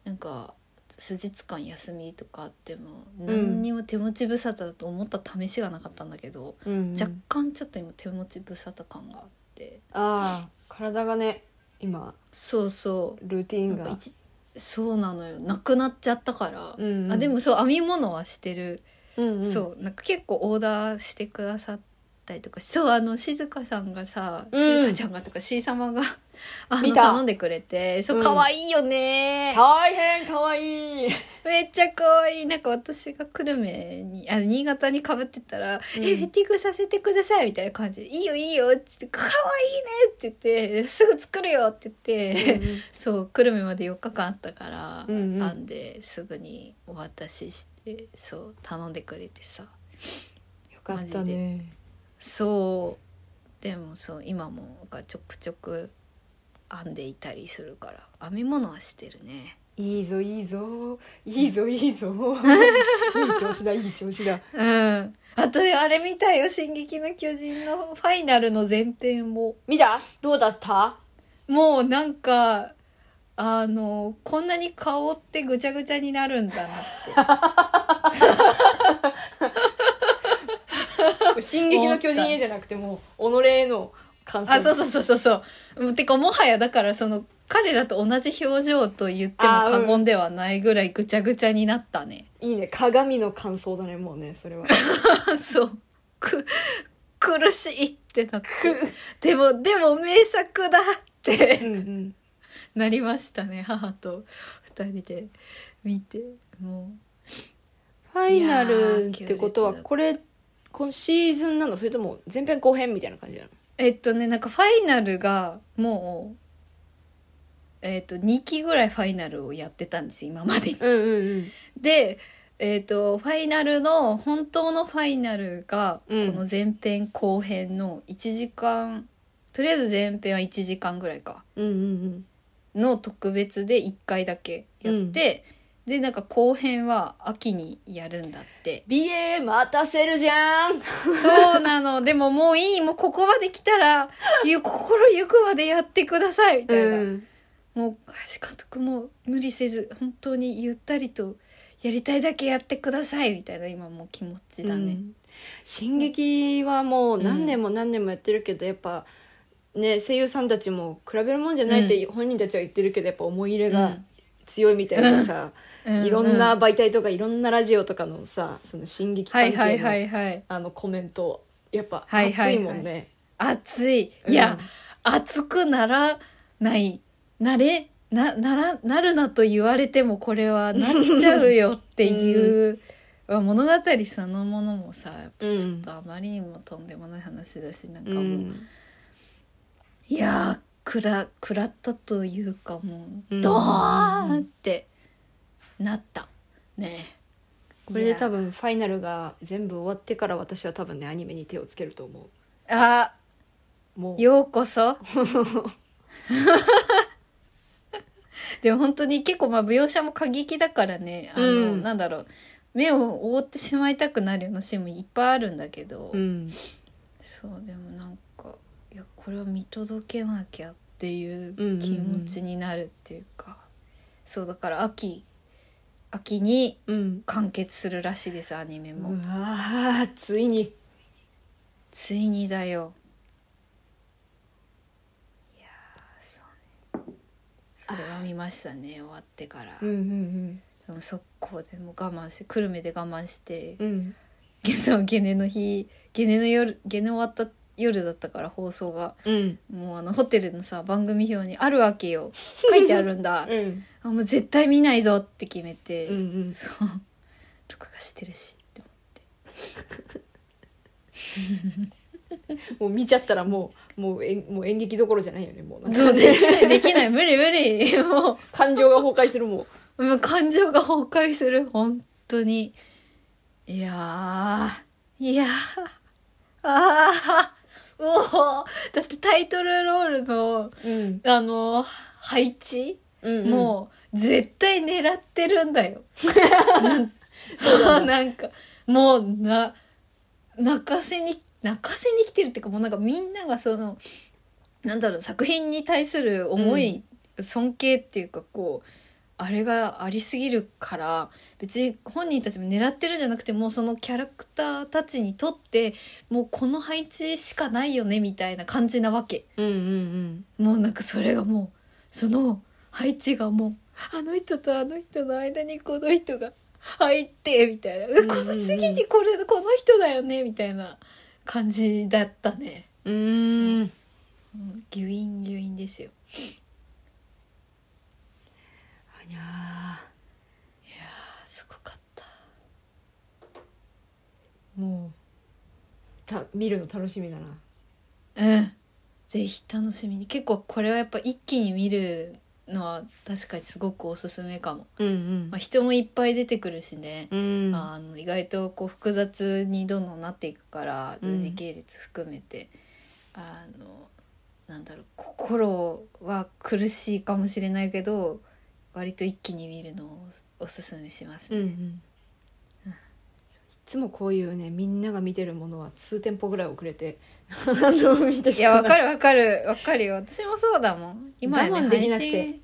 Speaker 1: なんか数日間休みとかあっても何にも手持ち無沙汰だと思った試しがなかったんだけど、
Speaker 2: うん
Speaker 1: 若干ちょっと今手持ち無沙汰感があって
Speaker 2: ああ体がね今
Speaker 1: そうそ
Speaker 2: ルーティ
Speaker 1: うな
Speaker 2: ン
Speaker 1: んか
Speaker 2: が
Speaker 1: 一そうなのよなくなっちゃったから、
Speaker 2: うんうん
Speaker 1: あでもそう編み物はしてる、
Speaker 2: うんうん
Speaker 1: そうなんか結構オーダーしてくださったりとかそうあの静香さんがさ、
Speaker 2: うん
Speaker 1: 静香ちゃんがとか C 様があ
Speaker 2: 見
Speaker 1: の
Speaker 2: た
Speaker 1: 頼んでくれてそううん可愛いよね、
Speaker 2: 大変可愛い
Speaker 1: めっちゃ可愛いなんか私が久留米にあ新潟にかぶってたら「
Speaker 2: うん
Speaker 1: えフィッティングさせてください」みたいな感じで「いいよいいよ」って言って「可愛いね」って言って「すぐ作るよ」って言って、 [laughs] そう久留米まで4日間あったから、
Speaker 2: うんうん
Speaker 1: 編んですぐにお渡ししてそう頼んでくれてさ
Speaker 2: よかったね
Speaker 1: そうでもそう今もがちょくちょく編んでいたりするから編み物はしてるね
Speaker 2: いいぞいいぞいいぞいいぞ [laughs] いい調子だいい調子だ
Speaker 1: うんあとであれ見たよ「進撃の巨人」のファイナルの前編を
Speaker 2: 見たどうだった
Speaker 1: もうなんかあのこんなに顔ってぐちゃぐちゃになるんだなって
Speaker 2: 「進撃の巨人へ」じゃなくてもう己への感想
Speaker 1: あそうそうそうそうそううんてかもはやだからその彼らと同じ表情と言っても
Speaker 2: あー
Speaker 1: 過
Speaker 2: うん
Speaker 1: 言ではないぐらいぐちゃぐちゃになったね、
Speaker 2: いいね鏡の感想だねもうねそれは
Speaker 1: [laughs] そうく苦しいってなってでもでも名作だっ
Speaker 2: [laughs] う
Speaker 1: て
Speaker 2: んうん
Speaker 1: なりましたね母と二人で見ても
Speaker 2: ファイナルっ
Speaker 1: いやー
Speaker 2: てこと
Speaker 1: 強烈だ
Speaker 2: は
Speaker 1: った
Speaker 2: これ今シーズンなのそれとも前編後編みたいな感じなの
Speaker 1: うえっとねなんかファイナルがもうえっと2期ぐらいファイナルをやってたんですよ今ま
Speaker 2: [laughs]
Speaker 1: でに
Speaker 2: うんうん
Speaker 1: で、えー、とファイナルの本当のファイナルがこ
Speaker 2: うん
Speaker 1: の前編後編の1時間、とりあえず前編は1時間ぐらいか
Speaker 2: うんうんうん
Speaker 1: の特別で1回だけやって、でなんか後編は秋にやるんだって
Speaker 2: BA 待たせるじゃん
Speaker 1: そうなのでももういいもうここまで来たらゆ心ゆくまでやってくださいみたいな。
Speaker 2: うん
Speaker 1: もう林監督も無理せず本当にゆったりとやりたいだけやってくださいみたいな今もう気持ちだ
Speaker 2: う
Speaker 1: ね。
Speaker 2: ん進撃はもう何年も何年もやってるけど、やっぱね声優さんたちも比べるもんじゃないって本人たちは言ってるけどやっぱ思い入れが強いみたいでさ、
Speaker 1: うん
Speaker 2: いろん
Speaker 1: う
Speaker 2: な
Speaker 1: う
Speaker 2: 媒体とかいろんなラジオとかのさその進撃
Speaker 1: は
Speaker 2: 関
Speaker 1: いはい
Speaker 2: 係
Speaker 1: は
Speaker 2: の
Speaker 1: いはい
Speaker 2: あのコメントやっぱ
Speaker 1: はいは
Speaker 2: 熱
Speaker 1: い
Speaker 2: いもんね。
Speaker 1: 熱い
Speaker 2: うん
Speaker 1: いや、熱くならないなれなならなるなと言われてもこれはなっちゃうよっていう、物語そのものもさやっぱちょっとあまりにもとんでもない話だしなんかもう、
Speaker 2: うん
Speaker 1: いやーくらくらったというかも
Speaker 2: う
Speaker 1: うんドーンってなったね
Speaker 2: これで多
Speaker 1: 分
Speaker 2: 分ファイナルが全部終わってから私は多分ねアニメに手をつけると思
Speaker 1: あ
Speaker 2: うもう
Speaker 1: ようこ
Speaker 2: [laughs]
Speaker 1: そでも本当に結構まあ描写も過激だからねあの、
Speaker 2: うん
Speaker 1: なんだろう目を覆ってしまいたくなるようなシーンもいっぱいあるんだけど、
Speaker 2: うん
Speaker 1: そうでもなんかいやこれを見届けなきゃっていう
Speaker 2: うんうんうん
Speaker 1: 気持ちになるっていうか、そうだから秋秋に
Speaker 2: うん
Speaker 1: 完結するらしいですアニメ
Speaker 2: う
Speaker 1: も、
Speaker 2: わーついに
Speaker 1: ついにだよいやーそうねそれは見ましたね終わってから、
Speaker 2: うんうん
Speaker 1: でも速攻でもう我慢して久留米で我慢して
Speaker 2: うんうん
Speaker 1: そうゲネの日ゲネの夜ゲネ終わった夜だったから放送が
Speaker 2: うん
Speaker 1: もうあのホテルのさ番組表に「あるわけよ」 [laughs] 書いてあるんだ
Speaker 2: うん
Speaker 1: あもう絶対見ないぞって決めて、
Speaker 2: うんうん
Speaker 1: そう録画してるし
Speaker 2: [laughs]
Speaker 1: って
Speaker 2: もう見ちゃったらもうもうえんもう演劇どころじゃないよねもうなんか
Speaker 1: そうできないできない無理無理も
Speaker 2: 感情が崩壊するも
Speaker 1: うもう感情が崩壊する本当にいやーいやーあーうおーだってタイトルロールの
Speaker 2: うん
Speaker 1: あの配置、
Speaker 2: うん
Speaker 1: もう絶対狙ってるんだよ。
Speaker 2: そうだね
Speaker 1: なんかもうな泣かせに泣かせに来てるっていうかもうなんかみんながそのなんだろう作品に対する思い、尊敬っていうかこうあれがありすぎるから別に本人たちも狙ってるんじゃなくてもうそのキャラクターたちにとってもうこの配置しかないよねみたいな感じなわけ。
Speaker 2: うんうん
Speaker 1: もうなんかそれがもうその配置がもうあの人とあの人の間にこの人が入ってみたいな、うん
Speaker 2: うんうん
Speaker 1: この次にこれこの人だよねみたいな感じだったね、
Speaker 2: うんうーん
Speaker 1: うん、ギュインギュインですよ
Speaker 2: あにゃ
Speaker 1: あすごかった
Speaker 2: ーもうた見るの楽しみだな
Speaker 1: うんぜひ楽しみに結構これはやっぱ一気に見るのは確かにすごくおすすめかも、
Speaker 2: うんうん
Speaker 1: まあ、人もいっぱい出てくるしね、
Speaker 2: うん
Speaker 1: あの意外とこう複雑にどんどんなっていくから
Speaker 2: うん
Speaker 1: 時系列含めて、あのなんだろう心は苦しいかもしれないけど割と一気に見るのをおすすめします
Speaker 2: うんう
Speaker 1: ね。
Speaker 2: んいつもこういうねみんなが見てるものは数店舗ぐらい遅れてあの見て
Speaker 1: いやわか
Speaker 2: る
Speaker 1: るわかるわかるよ私もそうだもん今やね
Speaker 2: 我慢できなくて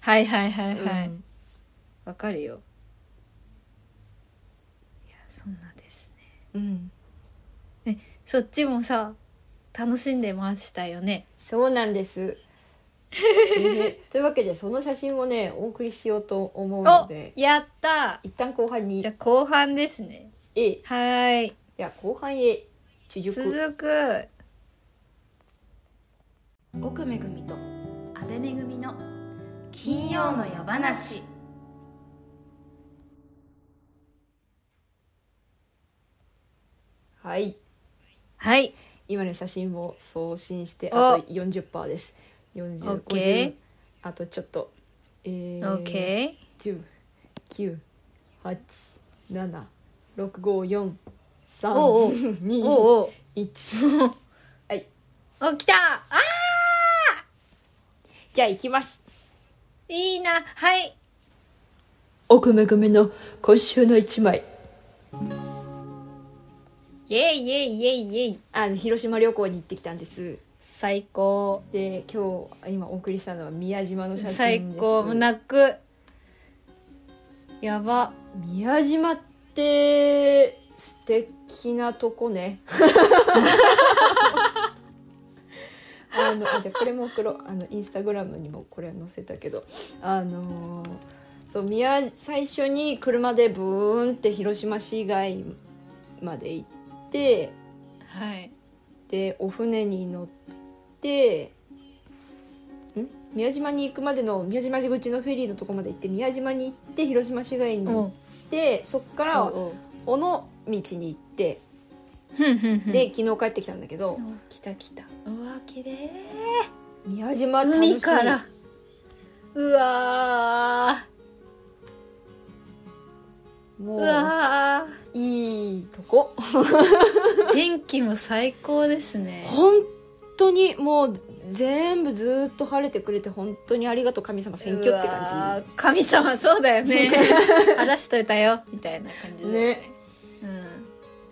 Speaker 1: 配信はいはいはい
Speaker 2: から
Speaker 1: はい
Speaker 2: うん
Speaker 1: わ、かるよいやそんなですね
Speaker 2: うん
Speaker 1: そっちもさ楽しんでましたよね
Speaker 2: そうなんです、
Speaker 1: [laughs]
Speaker 2: ねというわけでその写真をねお送りしようと思うの
Speaker 1: お
Speaker 2: で
Speaker 1: やった
Speaker 2: 一旦後半に
Speaker 1: じゃあ後半ですね
Speaker 2: A い
Speaker 1: はーい
Speaker 2: や後半へ続く
Speaker 1: 続く
Speaker 3: 奥恵と安倍恵の金曜の夜話
Speaker 2: はい
Speaker 1: はい
Speaker 2: 今の写真も送信して
Speaker 1: お
Speaker 2: あと40%です
Speaker 1: オッケ
Speaker 2: 4050あとちょっとえ
Speaker 1: オッケ
Speaker 2: 1 0 9 8 7 6 5 4
Speaker 1: ーおうおう
Speaker 2: 3 2
Speaker 1: おうおう
Speaker 2: 1はい
Speaker 1: お来たあ
Speaker 2: じゃあ行きます
Speaker 1: いいなはい
Speaker 2: 奥めぐめの今週の一枚
Speaker 1: イエイイエイイエイイエイ
Speaker 2: あの広島旅行に行ってきたんです
Speaker 1: 最高
Speaker 2: で今日今お送りしたのは宮島の写真です
Speaker 1: 最高もう泣くやば
Speaker 2: 宮島って素敵なとこねあのあじゃあこれも送ろうあのインスタグラムにもこれ載せたけどあのーそう宮最初に車でブーンって広島市街まで行って
Speaker 1: はい
Speaker 2: でお船に乗ってん宮島に行くまでの宮島口のフェリーのとこまで行って宮島に行って広島市街に
Speaker 1: お
Speaker 2: 行
Speaker 1: う
Speaker 2: ってそっか
Speaker 1: お
Speaker 2: ら
Speaker 1: うおう
Speaker 2: 尾道に行って
Speaker 1: ふんふんふん
Speaker 2: で昨日帰ってきたんだけど
Speaker 1: お来た来たうわ綺麗
Speaker 2: 宮島楽しい
Speaker 1: 海からうわ
Speaker 2: も
Speaker 1: ーう
Speaker 2: う
Speaker 1: わ
Speaker 2: いいとこ
Speaker 1: ー天気も最高ですね
Speaker 2: 本当にもう全部ずっと晴れてくれて本当にありがとう神様選挙って
Speaker 1: うわ
Speaker 2: 感
Speaker 1: ー神様そうだよ
Speaker 2: [laughs]
Speaker 1: ね荒らしといたよみたいな感じだよね
Speaker 2: ねじ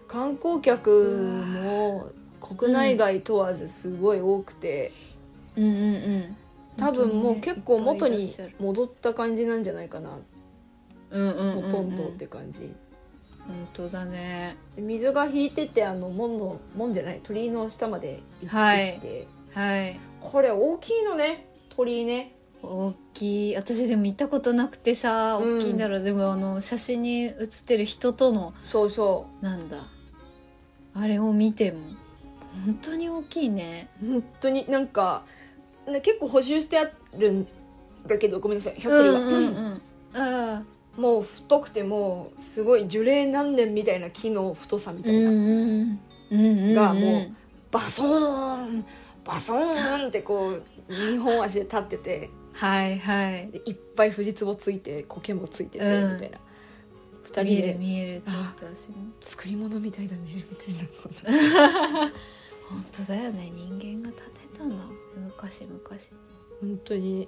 Speaker 2: 観光客も国内外問わずすごい多くて、
Speaker 1: うん、うんうんうん
Speaker 2: 多分もう結構元に
Speaker 1: 本当ね
Speaker 2: 戻った感じなんじゃないかな、
Speaker 1: うんうんうんうん
Speaker 2: ほとんどって感じ
Speaker 1: 本当だね
Speaker 2: 水が引いててあの門の門じゃない鳥居の下まで行ってきて、
Speaker 1: はいはい
Speaker 2: これ大きいのね鳥居ね
Speaker 1: 大きい私でも見たことなくてさ
Speaker 2: うん
Speaker 1: 大きいんだろう、でもあの写真に写ってる人との
Speaker 2: そうそ
Speaker 1: なんだあれを見ても本当に大きいね
Speaker 2: う本当になんかね結構補修してあるんだけどごめんなさい100
Speaker 1: う
Speaker 2: が、
Speaker 1: んうんうんあ
Speaker 2: もう太くてもうすごい樹齢何年みたいな木の太さみ
Speaker 1: ーう
Speaker 2: たい
Speaker 1: ん
Speaker 2: な、
Speaker 1: うんうんうん
Speaker 2: がもうバソーンバソーンってこう二本足で立ってて
Speaker 1: はいはい
Speaker 2: でいっぱい藤壺ついて苔もついててみたいな、
Speaker 1: うん
Speaker 2: 二
Speaker 1: 見
Speaker 2: 人
Speaker 1: える
Speaker 2: で
Speaker 1: 見えるちょっと私も
Speaker 2: 作り物みたいだねみたいな
Speaker 1: 本当だよね人間が建てたんだもんね昔昔
Speaker 2: 本当に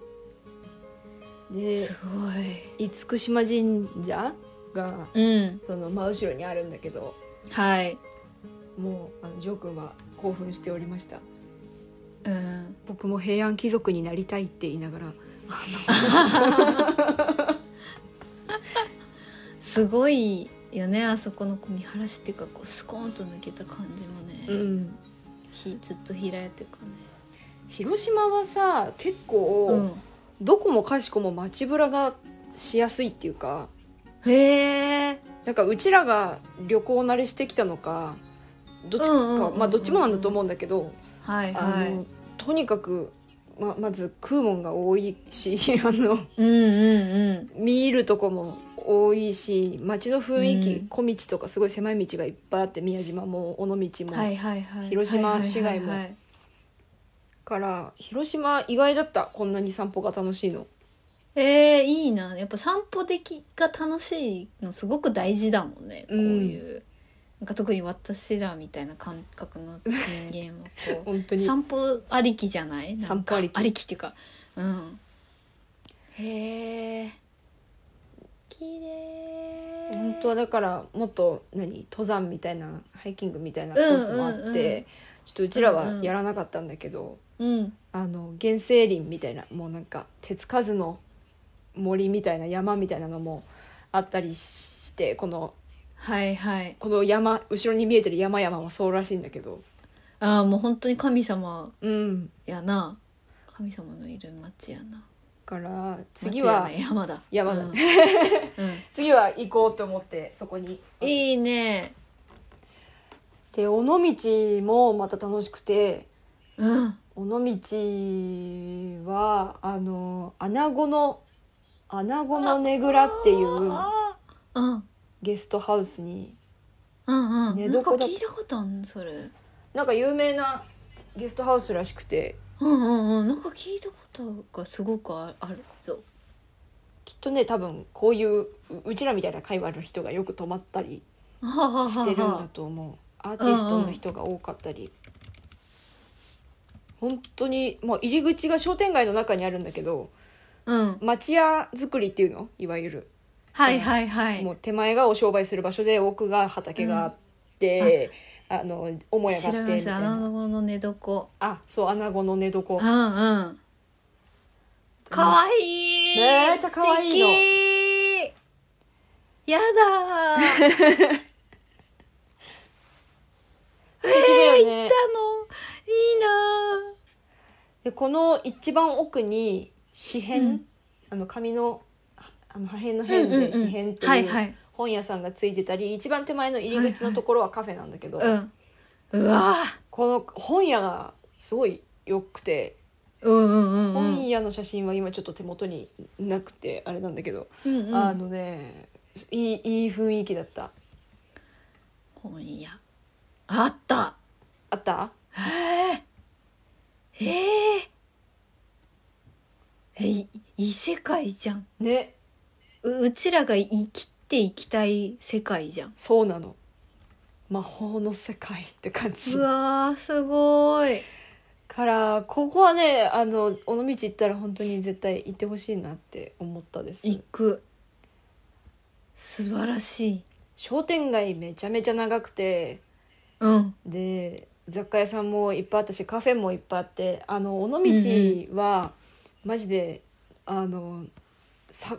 Speaker 2: です
Speaker 1: ご
Speaker 2: 厳島神社が
Speaker 1: いうん
Speaker 2: その真後ろにあるんだけど
Speaker 1: はい
Speaker 2: もうあのジョー君は興奮しておりました
Speaker 1: うん
Speaker 2: 僕も平安貴族になりたいって言いながら
Speaker 1: すごいよねあそこのこう見晴らしっていうかこうスコーンと抜けた感じもね、
Speaker 2: ん
Speaker 1: ひずっと開いてかね
Speaker 2: 広島はさ結構、
Speaker 1: う
Speaker 2: どこもかしこも街ぶらがしやすいっていうか
Speaker 1: んへえ
Speaker 2: なんかうちらが旅行慣れしてきたのかどっちか、
Speaker 1: うんうんうんうん
Speaker 2: まあどっちもなんだと思うんだけど、
Speaker 1: はい
Speaker 2: あ
Speaker 1: はい
Speaker 2: のとにかくままず食うもんが多いし [laughs] あの
Speaker 1: うんうんうん
Speaker 2: 見入るとこも多いし街の雰囲気、
Speaker 1: うん
Speaker 2: 小道とかすごい狭い道がいっぱいあって宮島も尾道も、
Speaker 1: はいはいはい
Speaker 2: 広島
Speaker 1: はいはいはいはい
Speaker 2: 市街もから広島意外だったこんなに散歩が楽しいの。
Speaker 1: えー、いいなやっぱ散歩できが楽しいのすごく大事だもんね、
Speaker 2: うん
Speaker 1: こういうなんか特に私らみたいな感覚の人間はこ
Speaker 2: [laughs] 本当
Speaker 1: う
Speaker 2: に
Speaker 1: 散歩ありきじゃないなんか
Speaker 2: 散歩ありき
Speaker 1: っていうかうんへえ綺麗
Speaker 2: 本当はだからもっと何登山みたいなハイキングみたいなコースもあって、
Speaker 1: うんうんうん
Speaker 2: ちょっとうちらはやらなかったんだけど、
Speaker 1: うん
Speaker 2: あの原生林みたいなもうなんか手つかずの森みたいな山みたいなのもあったりしてこの
Speaker 1: はいはい
Speaker 2: この山後ろに見えてる山々はそうらしいんだけど、
Speaker 1: ああもう本当に神様
Speaker 2: うん、
Speaker 1: やな神様のいる町やな
Speaker 2: から次
Speaker 1: 町
Speaker 2: は
Speaker 1: やない山だ
Speaker 2: 山だ
Speaker 1: うんうん
Speaker 2: 次は行こうと思ってそこに。
Speaker 1: いいね
Speaker 2: で尾道もまた楽しくて
Speaker 1: うん
Speaker 2: 尾道はあの穴子の穴子のねぐらっていう
Speaker 1: うん
Speaker 2: ゲストハウスに
Speaker 1: うんうん
Speaker 2: 寝
Speaker 1: なん
Speaker 2: 床
Speaker 1: か
Speaker 2: だ
Speaker 1: 聞いたことあんのそれ
Speaker 2: なんか有名なゲストハウスらしくて
Speaker 1: うんうんうんなんか聞いたことがすごくああるぞ
Speaker 2: きっとね多分こういうううちらみたいな会話の人がよく泊まったり
Speaker 1: ははは
Speaker 2: してるんだ
Speaker 1: は
Speaker 2: と思うアーティストの人が多かったり本当にもう入り口が商店街の中にあるんだけど
Speaker 1: うん
Speaker 2: 町屋作りっていうのいわゆる
Speaker 1: はいはいはい
Speaker 2: もう手前がお商売する場所で奥が畑があって、あの母屋があっ
Speaker 1: 調
Speaker 2: て
Speaker 1: べ
Speaker 2: み
Speaker 1: ま
Speaker 2: た
Speaker 1: し
Speaker 2: い
Speaker 1: た
Speaker 2: な
Speaker 1: 穴子の寝床
Speaker 2: あそう穴子の寝床
Speaker 1: うんうんかわいい
Speaker 2: めっちゃかわいい
Speaker 1: 素
Speaker 2: の
Speaker 1: 敵やだー行っ
Speaker 2: 素敵だよね
Speaker 1: たのいいなー
Speaker 2: でこの一番奥に紙片、
Speaker 1: うん
Speaker 2: あの紙のあの破片の辺で紙片って
Speaker 1: はい
Speaker 2: い
Speaker 1: は
Speaker 2: う
Speaker 1: い
Speaker 2: 本屋さんがついてたり一番手前の入り口のところはカフェなんだけど、
Speaker 1: うんうわー
Speaker 2: この本屋がすごい良くて
Speaker 1: うんうんうんうん
Speaker 2: 本屋の写真は今ちょっと手元になくてあれなんだけど、
Speaker 1: うんうん
Speaker 2: あのねいいいい雰囲気だった
Speaker 1: 本屋あった
Speaker 2: あった
Speaker 1: へえへえい異世界じゃん
Speaker 2: ね
Speaker 1: ううちらが生きていきたい世界じゃん
Speaker 2: そうなの魔法の世界って感じ
Speaker 1: うわーすごーい
Speaker 2: からここはねあの尾道行ったら本当に絶対行ってほしいなって思ったです
Speaker 1: 行く素晴らしい
Speaker 2: 商店街めちゃめちゃ長くて
Speaker 1: うん
Speaker 2: で雑貨屋さんもいっぱいあったしカフェもいっぱいあってあの尾道は、マジであのさ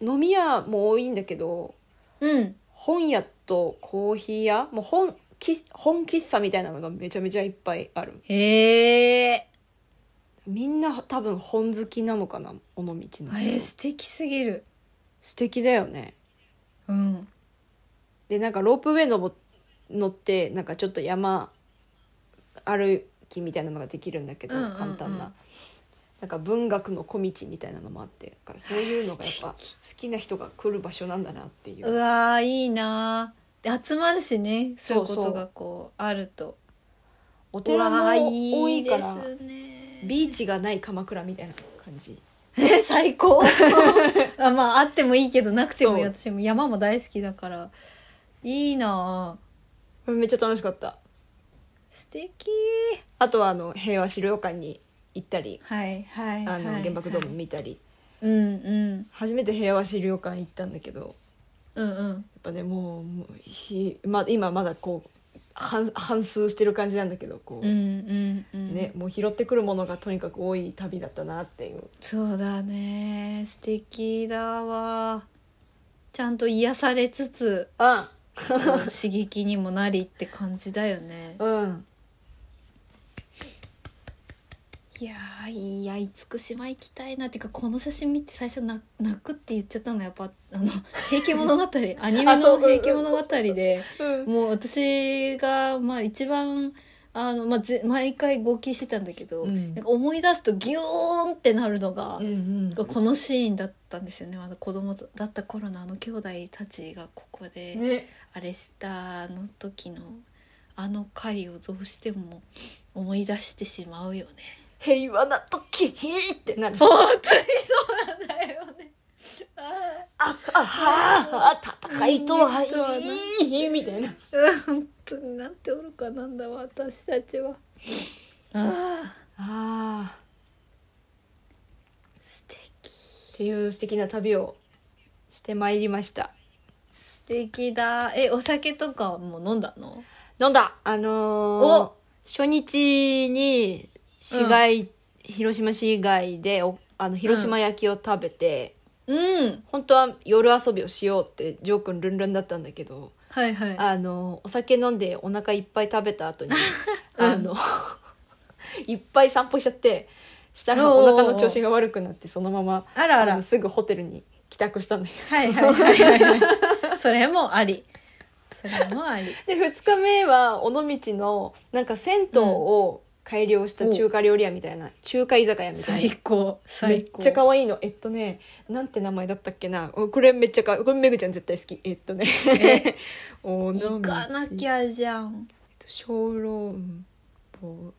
Speaker 2: 飲み屋も多いんだけど
Speaker 1: うん
Speaker 2: 本屋とコーヒー屋もう本き本喫茶みたいなのがめちゃめちゃいっぱいある
Speaker 1: へえ
Speaker 2: みんな多分本好きなのかな尾道の人
Speaker 1: えー、素敵すぎる
Speaker 2: 素敵だよね
Speaker 1: うん
Speaker 2: でなんかロープウェイ登乗ってなんかちょっと山歩きみたいなのができるんだけど、
Speaker 1: うんうんうん
Speaker 2: 簡単ななんか文学の小道みたいなのもあってだからそういうのがやっぱ好きな人が来る場所なんだなっていう
Speaker 1: うわーいいなーで集まるしねそういうことがこうあると
Speaker 2: お寺も
Speaker 1: わあ
Speaker 2: 多
Speaker 1: い
Speaker 2: い
Speaker 1: い
Speaker 2: か
Speaker 1: で
Speaker 2: ら
Speaker 1: すね
Speaker 2: ビーチがない鎌倉みたいな感じ
Speaker 1: え [laughs] 最高あまああってもいいけどなくてもいい
Speaker 2: そう
Speaker 1: 私も山も大好きだからいいなあ
Speaker 2: めっちゃ楽しかった
Speaker 1: 素敵
Speaker 2: あとはあの平和資料館に行ったり
Speaker 1: はいはい
Speaker 2: あ
Speaker 1: はい
Speaker 2: の原爆ドーム見たり
Speaker 1: うんうん
Speaker 2: 初めて平和資料館行ったんだけど
Speaker 1: う
Speaker 2: やっ
Speaker 1: んうん
Speaker 2: ぱねもうもうひ、ま、今まだこう半半数してる感じなんだけどこ
Speaker 1: う
Speaker 2: う、
Speaker 1: んうんうん
Speaker 2: ね、もう拾ってくるものがとにかく多い旅だったなっていう
Speaker 1: そうだね素敵だわちゃんと癒されつつ
Speaker 2: うん
Speaker 1: こう刺激にもなりって感じだよね
Speaker 2: うん
Speaker 1: いやーいや厳島行きたいなっていうかこの写真見て最初な泣くって言っちゃったのやっぱあ
Speaker 2: [laughs]
Speaker 1: の「平家物語」アニメ
Speaker 2: あそ
Speaker 1: の「
Speaker 2: う
Speaker 1: 平家物語で」
Speaker 2: うん
Speaker 1: もう私がまあ一番あの、まあ、ぜ毎回号泣してたんだけど、
Speaker 2: うん
Speaker 1: なんか思い出すとギューンってなるのが、
Speaker 2: うん
Speaker 1: このシーンだったんですよねまだ子供だった頃のあの兄弟たちがここで、
Speaker 2: ね
Speaker 1: あれしたあの時のあの回をどうしても思い出してしまうよね。
Speaker 2: 平和な時ってなる
Speaker 1: 本当にそうなんだよね。あ
Speaker 2: ああはあ戦いとはい
Speaker 1: とはい
Speaker 2: みたいな
Speaker 1: ーうん本当になんておるかなんだ私たちは。ああ
Speaker 2: あ
Speaker 1: 素敵。
Speaker 2: ーっていう素敵な旅をしてまいりました
Speaker 1: 素敵だえお酒とかも飲んだの
Speaker 2: 飲んだあのー初日に市街、広島市街でおあの広島焼きを食べて、
Speaker 1: うん
Speaker 2: 本当は夜遊びをしようってジョー君ルンルンだったんだけど
Speaker 1: はいはい
Speaker 2: あのお酒飲んでお腹いっぱい食べた後に、あの [laughs] いっぱい散歩しちゃってしたら
Speaker 1: おうおうお
Speaker 2: お
Speaker 1: う
Speaker 2: 腹の調子が悪くなってそのまま
Speaker 1: あらあ
Speaker 2: あ
Speaker 1: ら
Speaker 2: のすぐホテルに帰宅したんだけ
Speaker 1: はいはいはいはい [laughs] はいそれもありそれもあり
Speaker 2: どで2日目は尾道のなんか銭湯を改良した中華料理屋みたいな、中華居酒屋みた
Speaker 1: 最
Speaker 2: いな。
Speaker 1: 高
Speaker 2: め
Speaker 1: 最
Speaker 2: っ
Speaker 1: 高
Speaker 2: ちゃ可愛いのえっとねなんて名前だったっけなおこれめっちゃかこれめぐちゃん絶対好きえっとね [laughs]
Speaker 1: え
Speaker 2: おの
Speaker 1: 行かなきゃじゃん
Speaker 2: 小籠包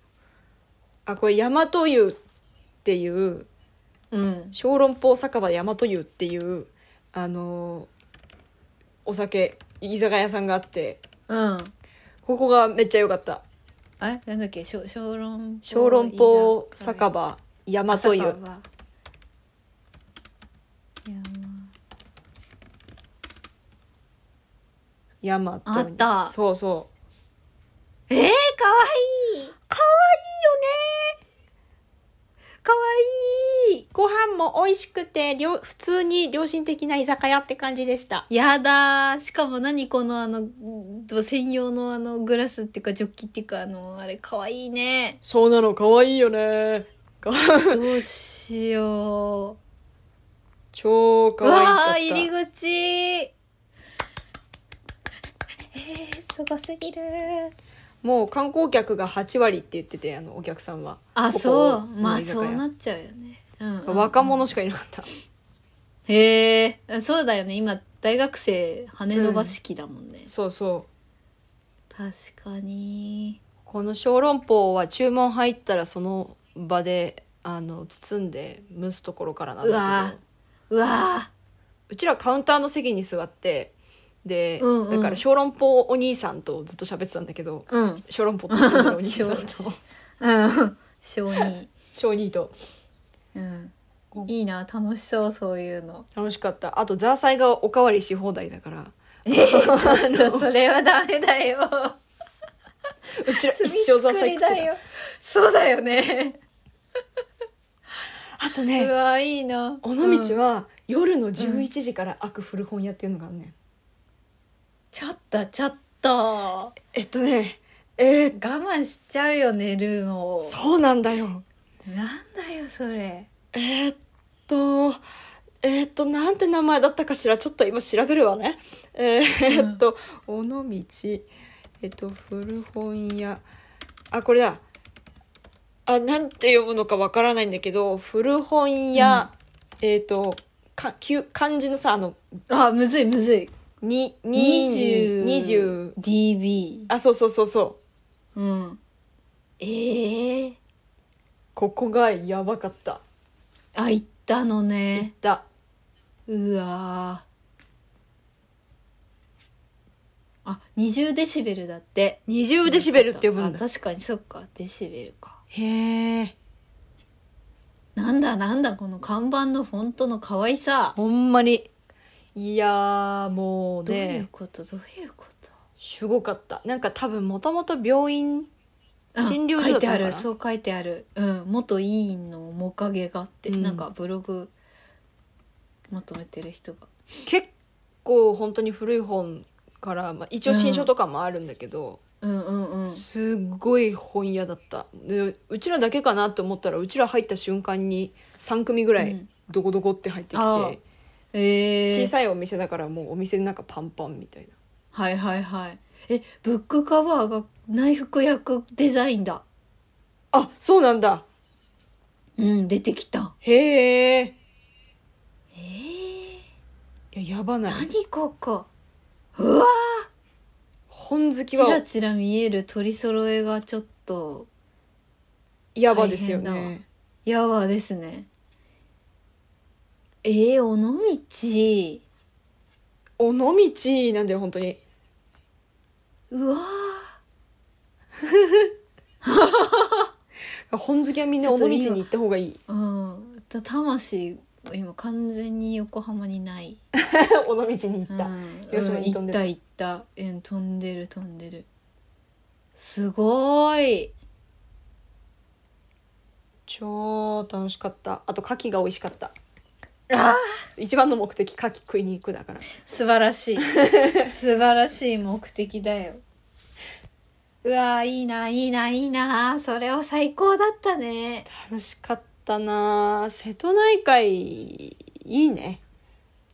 Speaker 2: あこれ大和湯っていう
Speaker 1: うん
Speaker 2: 小籠包酒場大和湯っていうあのーお酒居酒屋さんがあって
Speaker 1: うん
Speaker 2: ここがめっちゃ良かった
Speaker 1: えなんだっけ小小籠包
Speaker 2: 小籠包酒
Speaker 1: 場
Speaker 2: 場大和湯大和湯
Speaker 1: あった
Speaker 2: そうそ
Speaker 1: えー、かわいいかわいいよねかわいいう
Speaker 2: ご飯も美味しくてりょ普通に良心的な居酒屋って感じでした
Speaker 1: やだーしかも何このあのうん専用のあのグラスっていうかジョッキっていうかあのあれかわいい [laughs] ね
Speaker 2: そうなの可愛いよねか
Speaker 1: どうしよ
Speaker 2: 超
Speaker 1: うう
Speaker 2: 可愛かっ
Speaker 1: わ
Speaker 2: た
Speaker 1: ー入り口えー、すごすぎる
Speaker 2: もう観光客が8割って言っててあのお客さんは
Speaker 1: あ
Speaker 2: ここ
Speaker 1: そう
Speaker 2: の
Speaker 1: まあ
Speaker 2: 居酒
Speaker 1: そ
Speaker 2: 屋
Speaker 1: うなっちゃうよね、うんうんうん
Speaker 2: 若者しかいなかった、
Speaker 1: へえあそうだよね今大学生羽伸ばし期だもんね、
Speaker 2: そうそう
Speaker 1: 確かに
Speaker 2: この小籠包は注文入ったらその場であの包んで蒸すところからなん
Speaker 1: うわ
Speaker 2: だけ
Speaker 1: ーう
Speaker 2: ど
Speaker 1: わ
Speaker 2: うちらカウンターの席に座ってで、
Speaker 1: うんうん
Speaker 2: だから小籠包お兄さんとずっと喋ってたんだけど
Speaker 1: ーうん
Speaker 2: 小籠包包んでるお兄さんと
Speaker 1: うん小児
Speaker 2: 小兄と
Speaker 1: うん
Speaker 2: うん
Speaker 1: いいな楽しそうそういうの
Speaker 2: 楽しかったあとザーサイがおかわりし放題だから
Speaker 1: えー
Speaker 2: [laughs]
Speaker 1: ちょっとそれはダメだよ
Speaker 2: うちら一
Speaker 1: 積み
Speaker 2: 生ザー
Speaker 1: 作
Speaker 2: サイ
Speaker 1: り
Speaker 2: 食っ
Speaker 1: だ
Speaker 2: てた
Speaker 1: よそうだよね
Speaker 2: あと
Speaker 1: う
Speaker 2: ね
Speaker 1: わいいな
Speaker 2: 尾
Speaker 1: う
Speaker 2: 道
Speaker 1: ん
Speaker 2: は夜の11時から開く古本屋っていうのがあるね、
Speaker 1: ちょっとちょっと我
Speaker 2: えっとねえー、
Speaker 1: 慢しちゃうよ寝るの
Speaker 2: そうなんだよ
Speaker 1: なんだよそれ
Speaker 2: えーっとえーっとなんて名前だったかしらちょっと今調べるわねえー
Speaker 1: うん
Speaker 2: えーっと尾道えっと古本屋あこれだあなんて読むのかわからないんだけど古本屋、えーっとかきゅ漢字のさあの
Speaker 1: あむずいむずい
Speaker 2: にに二十
Speaker 1: 20db
Speaker 2: あそうそうそうそう
Speaker 1: うんええ
Speaker 2: ここがやばかった
Speaker 1: あ行ったの
Speaker 2: 行っ
Speaker 1: ね
Speaker 2: た
Speaker 1: うわあ20デシベルだって
Speaker 4: 20デシベルって呼ぶん
Speaker 1: あ
Speaker 4: だ
Speaker 1: 確かにそっかデシベルか
Speaker 4: へえ
Speaker 1: なんだなんだこの看板のフォントの可愛さ
Speaker 4: ほんまに
Speaker 2: いやーもう
Speaker 1: どういう
Speaker 2: ね
Speaker 1: ことどういうこと
Speaker 2: すごかったなんか多分もともと病院
Speaker 1: あ
Speaker 2: 診療所
Speaker 1: 書
Speaker 2: だ
Speaker 1: い
Speaker 2: ってたの
Speaker 1: あ
Speaker 2: かな
Speaker 1: るそう書いてある、うん、元委員の面影があって、
Speaker 2: うん
Speaker 1: なんかブログまとめてる人が
Speaker 2: 結構本当に古い本から、まあ、一応新書とかもあるんだけど、
Speaker 1: うんうんうん
Speaker 2: すっごい本屋だったでうちらだけかなと思ったらうちら入った瞬間に3組ぐら
Speaker 1: う
Speaker 2: い
Speaker 1: ん
Speaker 2: どこどこって入ってき
Speaker 1: あ
Speaker 2: て、
Speaker 1: え
Speaker 2: 小
Speaker 1: ー、
Speaker 2: さいお店だからもうお店の中パンパンみたいな
Speaker 1: はいはいはいえブックカバーが内服薬デザインだ
Speaker 2: あそうなんだ
Speaker 1: うん出てきた
Speaker 2: へえ
Speaker 1: えー、
Speaker 2: ややばない
Speaker 1: 何ここうわ
Speaker 2: 本好き
Speaker 1: ち
Speaker 2: は
Speaker 1: らちら見える取り揃えがちょっと
Speaker 2: やばですよ
Speaker 1: 大変
Speaker 2: ね
Speaker 1: やばですねえー、尾道
Speaker 2: 尾道なんだよ本当に
Speaker 1: うわ
Speaker 2: 本好きはみんな
Speaker 1: ちょ
Speaker 2: 尾
Speaker 1: っと
Speaker 2: 道
Speaker 1: 今
Speaker 2: に行った方がいい
Speaker 1: ーうんた魂今完全に横浜にない、
Speaker 2: [laughs] 尾道に行っ
Speaker 1: うん、
Speaker 2: た、広島に飛んで
Speaker 1: うん
Speaker 2: る
Speaker 1: 行った行った、うん、飛んでる飛んでるすごーい
Speaker 2: 超楽しかったあと牡蠣が美味しかった一番の目的牡蠣食いに行くだから
Speaker 1: 素晴らしい [laughs] 素晴らしい目的だようわーいいないいないいなそれは最高だったね
Speaker 2: 楽しかったなあ瀬戸内海いいね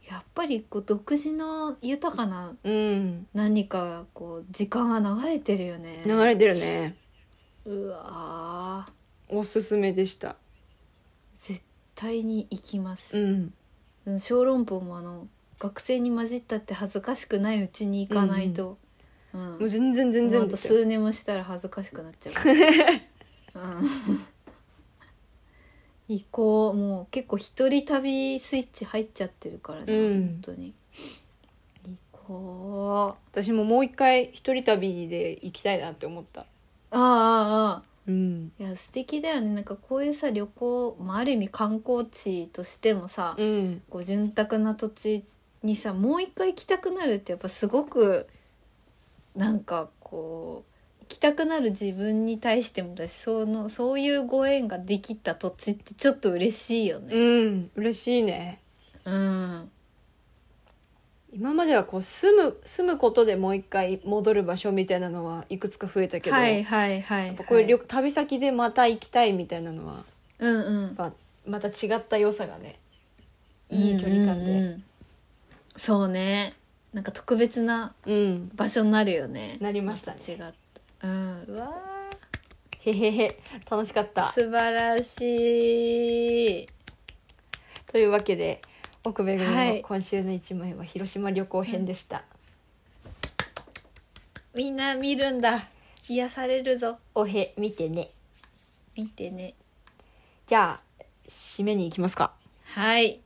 Speaker 1: やっぱりこう独自の豊かな
Speaker 2: うん
Speaker 1: 何かこう時間が流れてるよね
Speaker 2: 流れてるね
Speaker 1: うわー
Speaker 2: おすすめでした
Speaker 1: 絶対に行きま
Speaker 2: う
Speaker 1: す、
Speaker 2: ん
Speaker 1: 小籠包もあの学生に混じったって恥ずかしくないうちに行かないと、うん
Speaker 2: もう全然全
Speaker 1: もう
Speaker 2: 然
Speaker 1: あと
Speaker 2: ですよ
Speaker 1: 数年もしたら恥ずかしくなっちゃうから、うん、行こうもう結構一人旅スイッチ入っちゃってるからね、
Speaker 2: うん
Speaker 1: 本当に行こう
Speaker 2: 私ももう一回一人旅で行きたいなって思った
Speaker 1: ああああ
Speaker 2: うん
Speaker 1: いや素敵だよねなんかこういうさ旅行、まあ、ある意味観光地としてもさ、
Speaker 2: うん
Speaker 1: こう潤沢な土地にさもう一回行きたくなるってやっぱすごくなんかこう行きたくなる自分に対してもだしそのそういうご縁ができた土地ってちょっと嬉しいよね。
Speaker 2: うん嬉しいね
Speaker 1: うん、
Speaker 2: 今まではこう住む住むことでもう一回戻る場所みたいなのはいくつか増えたけど、
Speaker 1: はいはいはい、はい、
Speaker 2: やっぱこういう旅旅先でまた行きたいみたいなのは
Speaker 1: うんうん
Speaker 2: やっぱまた違った良さがねいい距離感で、
Speaker 1: うんうんうんそうねなんか特別な
Speaker 2: うん、
Speaker 1: 場所になるよね。
Speaker 2: なりましたね
Speaker 1: 違った。うん、うわ
Speaker 2: へへへ楽しか
Speaker 1: ー
Speaker 2: った
Speaker 1: 素晴らしい。
Speaker 2: というわけで奥部組
Speaker 1: は
Speaker 2: の
Speaker 1: い
Speaker 2: 今週の一枚は広島旅行編でした、
Speaker 1: みんな見るんだ。癒されるぞ。
Speaker 2: おへ見てね
Speaker 1: 見てね。
Speaker 2: じゃあ締めに行きますか
Speaker 1: はい。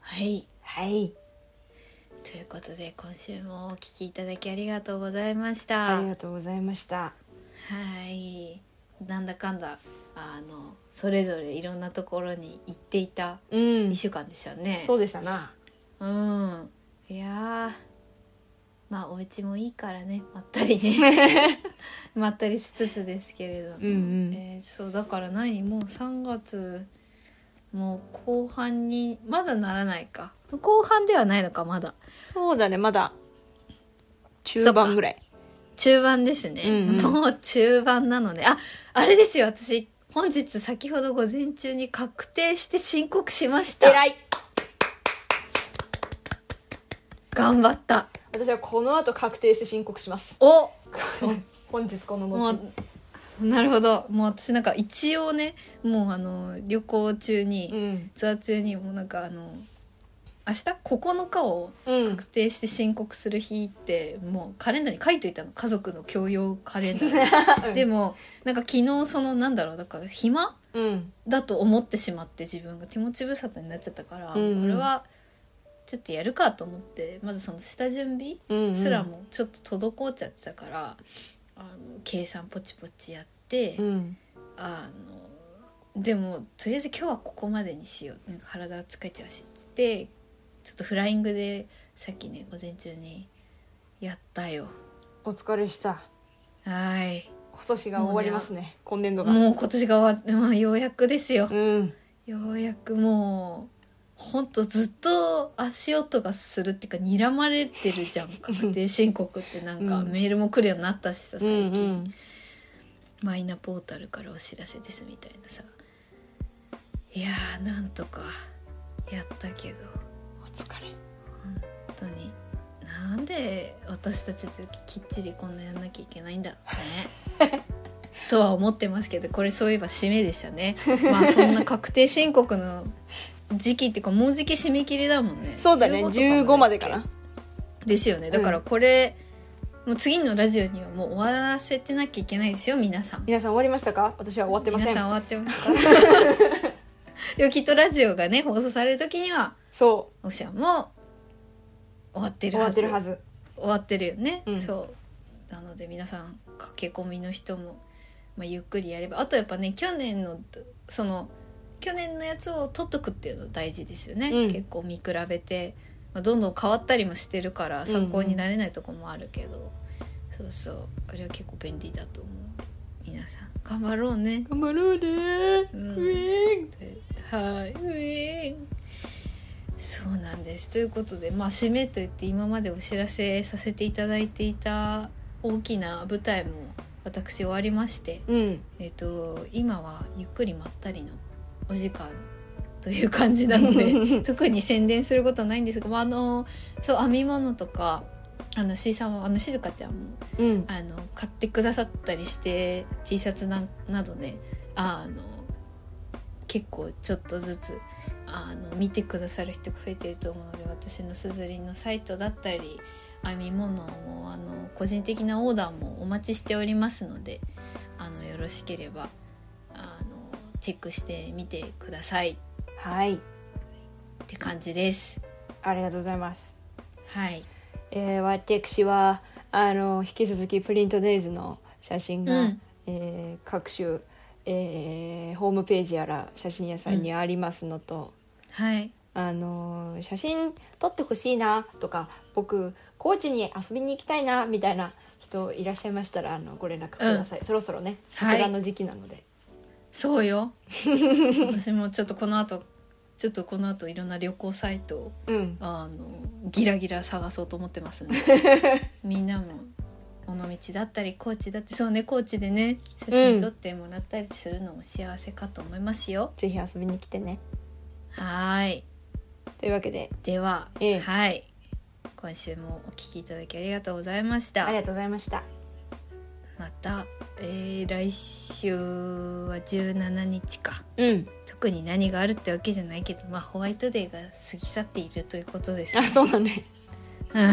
Speaker 1: はい。
Speaker 2: はい
Speaker 1: ということで今週もお聞きいただきありがとうございました。
Speaker 2: ありがとうございました
Speaker 1: はい。なんだかんだあのそれぞれいろんなところに行っていた
Speaker 2: うん
Speaker 1: 2週間でしたね。
Speaker 2: そうでしたな
Speaker 1: うんいやーまあお家もいいからねまったりね
Speaker 2: [laughs]
Speaker 1: まったりしつつですけれども、
Speaker 2: うんうん
Speaker 1: えーそうだから何もう3月もう後半にまだならないか後半ではないのかまだ
Speaker 2: そうだねまだ中盤ぐらい
Speaker 1: 中盤ですね、
Speaker 2: うんうん
Speaker 1: もう中盤なのでああれですよ私本日先ほど午前中に確定して申告しました
Speaker 2: 偉い
Speaker 1: 頑張った
Speaker 2: 私はこの後確定して申告します
Speaker 1: お
Speaker 2: 本日この
Speaker 1: も
Speaker 2: 後
Speaker 1: う [laughs] なるほどもう私なんか一応ねもうあの旅行中に、
Speaker 2: うん
Speaker 1: ツアー中にもうなんかあの明日9日を
Speaker 2: うん
Speaker 1: 確定して申告する日ってもうカレンダーに書いといたの家族の共用カレンダー
Speaker 2: [laughs]
Speaker 1: にで
Speaker 2: も、
Speaker 1: もなんか昨日そのなんだろうだから暇
Speaker 2: うん、
Speaker 1: だと思ってしまって自分が手持ち無沙汰になっちゃったから、
Speaker 2: うんうん
Speaker 1: これはちょっとやるかと思ってまずその下準備
Speaker 2: うんうん
Speaker 1: すら、もちょっと滞っちゃってたから、あの計算ポチポチやって、
Speaker 2: うん、
Speaker 1: あのでもとりあえず今日はここまでにしようなんか体は疲れちゃうしっつってちょっとフライングでさっきね午前中にやったよ。
Speaker 2: お疲れした
Speaker 1: はい
Speaker 2: 今年が終わりますね今年度が
Speaker 1: もう今年が終わる、まあ、ようやくですよ。
Speaker 2: うん
Speaker 1: ようやくもうほんとずっと足音がするっていうか睨まれてるじゃん確定申告ってなんか
Speaker 2: うん
Speaker 1: メールも来るようになったしさ
Speaker 2: う
Speaker 1: 最
Speaker 2: ん
Speaker 1: 近、
Speaker 2: うん
Speaker 1: マイナポータルからお知らせですみたいなさいやーなんとかやったけど
Speaker 2: お疲れ
Speaker 1: 本当になんで私たちってきっちりこんなやんなきゃいけないんだろう
Speaker 2: [laughs]
Speaker 1: ねとは思ってますけどこれそういえば締めでしたねまあそんな確定申告の時期っていうかもうじき締め切りだもんね
Speaker 2: そうだね
Speaker 1: 15と
Speaker 2: 15までかな
Speaker 1: ですよねだから
Speaker 2: う
Speaker 1: これ、もう次のラジオにはもう終わらせてなきゃいけないですよ皆さん
Speaker 2: 皆さん終わりましたか私は終わってませ
Speaker 1: 皆さん
Speaker 2: ん
Speaker 1: 終わってますか [laughs] でもきっとラジオがね放送される時には
Speaker 2: そ
Speaker 1: 奥ちゃんも終わって
Speaker 2: う
Speaker 1: る
Speaker 2: 終
Speaker 1: は
Speaker 2: わっ
Speaker 1: ず
Speaker 2: てるはず
Speaker 1: 終わってるよね、
Speaker 2: うん
Speaker 1: そうなので皆さん駆け込みの人も、まあ、ゆっくりやればあとやっぱね去年のその去年のやつを取っとくっていうの大事ですよね、
Speaker 2: うん
Speaker 1: 結構見比べて、まあ、どんどん変わったりもしてるから参考になれないとこもあるけど、そうそうあれは結構便利だと思う皆さん頑張ろうね
Speaker 2: 頑張ろうね
Speaker 1: うん
Speaker 2: ウィーン
Speaker 1: はい、うえーそうなんですということでまあ締めといって今までお知らせさせていただいていた大きな舞台も私終わりまして、
Speaker 2: うん
Speaker 1: えっと今はゆっくりまったりのお時間という感じなので特に宣伝することはないんですが、まあ、あのそう編み物とかあの C さんもあの静香ちゃんも
Speaker 2: うん
Speaker 1: あの買ってくださったりして T シャツなんなどねあの結構ちょっとずつあの見てくださる人が増えてると思うので私のすずりんのサイトだったり編み物もあの個人的なオーダーもお待ちしておりますのであのよろしければあのチェックしてみてください
Speaker 2: はい
Speaker 1: って感じです。
Speaker 2: ありがとうございます
Speaker 1: はい、
Speaker 2: えー、私はあの引き続きプリントデイズの写真が、
Speaker 1: うん
Speaker 2: えー各種、えーホームページやら写真屋さんにありますのと、
Speaker 1: はい、
Speaker 2: あのー写真撮ってほしいなとか僕高知に遊びに行きたいなみたいな人いらっしゃいましたらあのご連絡ください、そろそろね
Speaker 1: はい
Speaker 2: 桜の時期なので、
Speaker 1: そうよ私もちょっとこの後ちょっとこの後いろんな旅行サイトを
Speaker 2: うん
Speaker 1: あのギラギラ探そうと思ってますんで
Speaker 2: [laughs]
Speaker 1: みんなも尾道だったり高知だってそうね高知でね写真撮ってもらったりするのも幸せかと思いますよ、
Speaker 2: ぜひ遊びに来てね
Speaker 1: はーい
Speaker 2: というわけで
Speaker 1: では、
Speaker 2: ええ
Speaker 1: はい今週もお聞きいただきありがとうございまし
Speaker 2: あ
Speaker 1: た
Speaker 2: りがとうございました
Speaker 1: また、えー来週は17日か
Speaker 2: うん
Speaker 1: 特に何があるってわけじゃないけどまあホワイトデーが過ぎ去っているということです
Speaker 2: あ
Speaker 1: [laughs]
Speaker 2: そうだね
Speaker 1: うん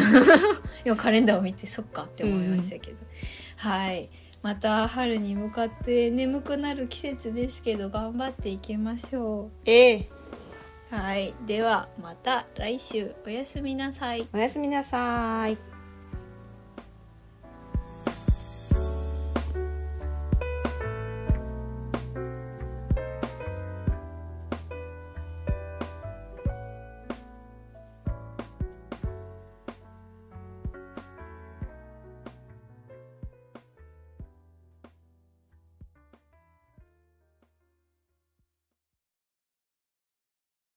Speaker 1: 今カレンダーを見てそっかって思いましたけど、はいまた春に向かって眠くなる季節ですけど頑張っていきましょ
Speaker 2: ええ
Speaker 1: うはいではまた来週おやすみなさい
Speaker 2: おやすみなさい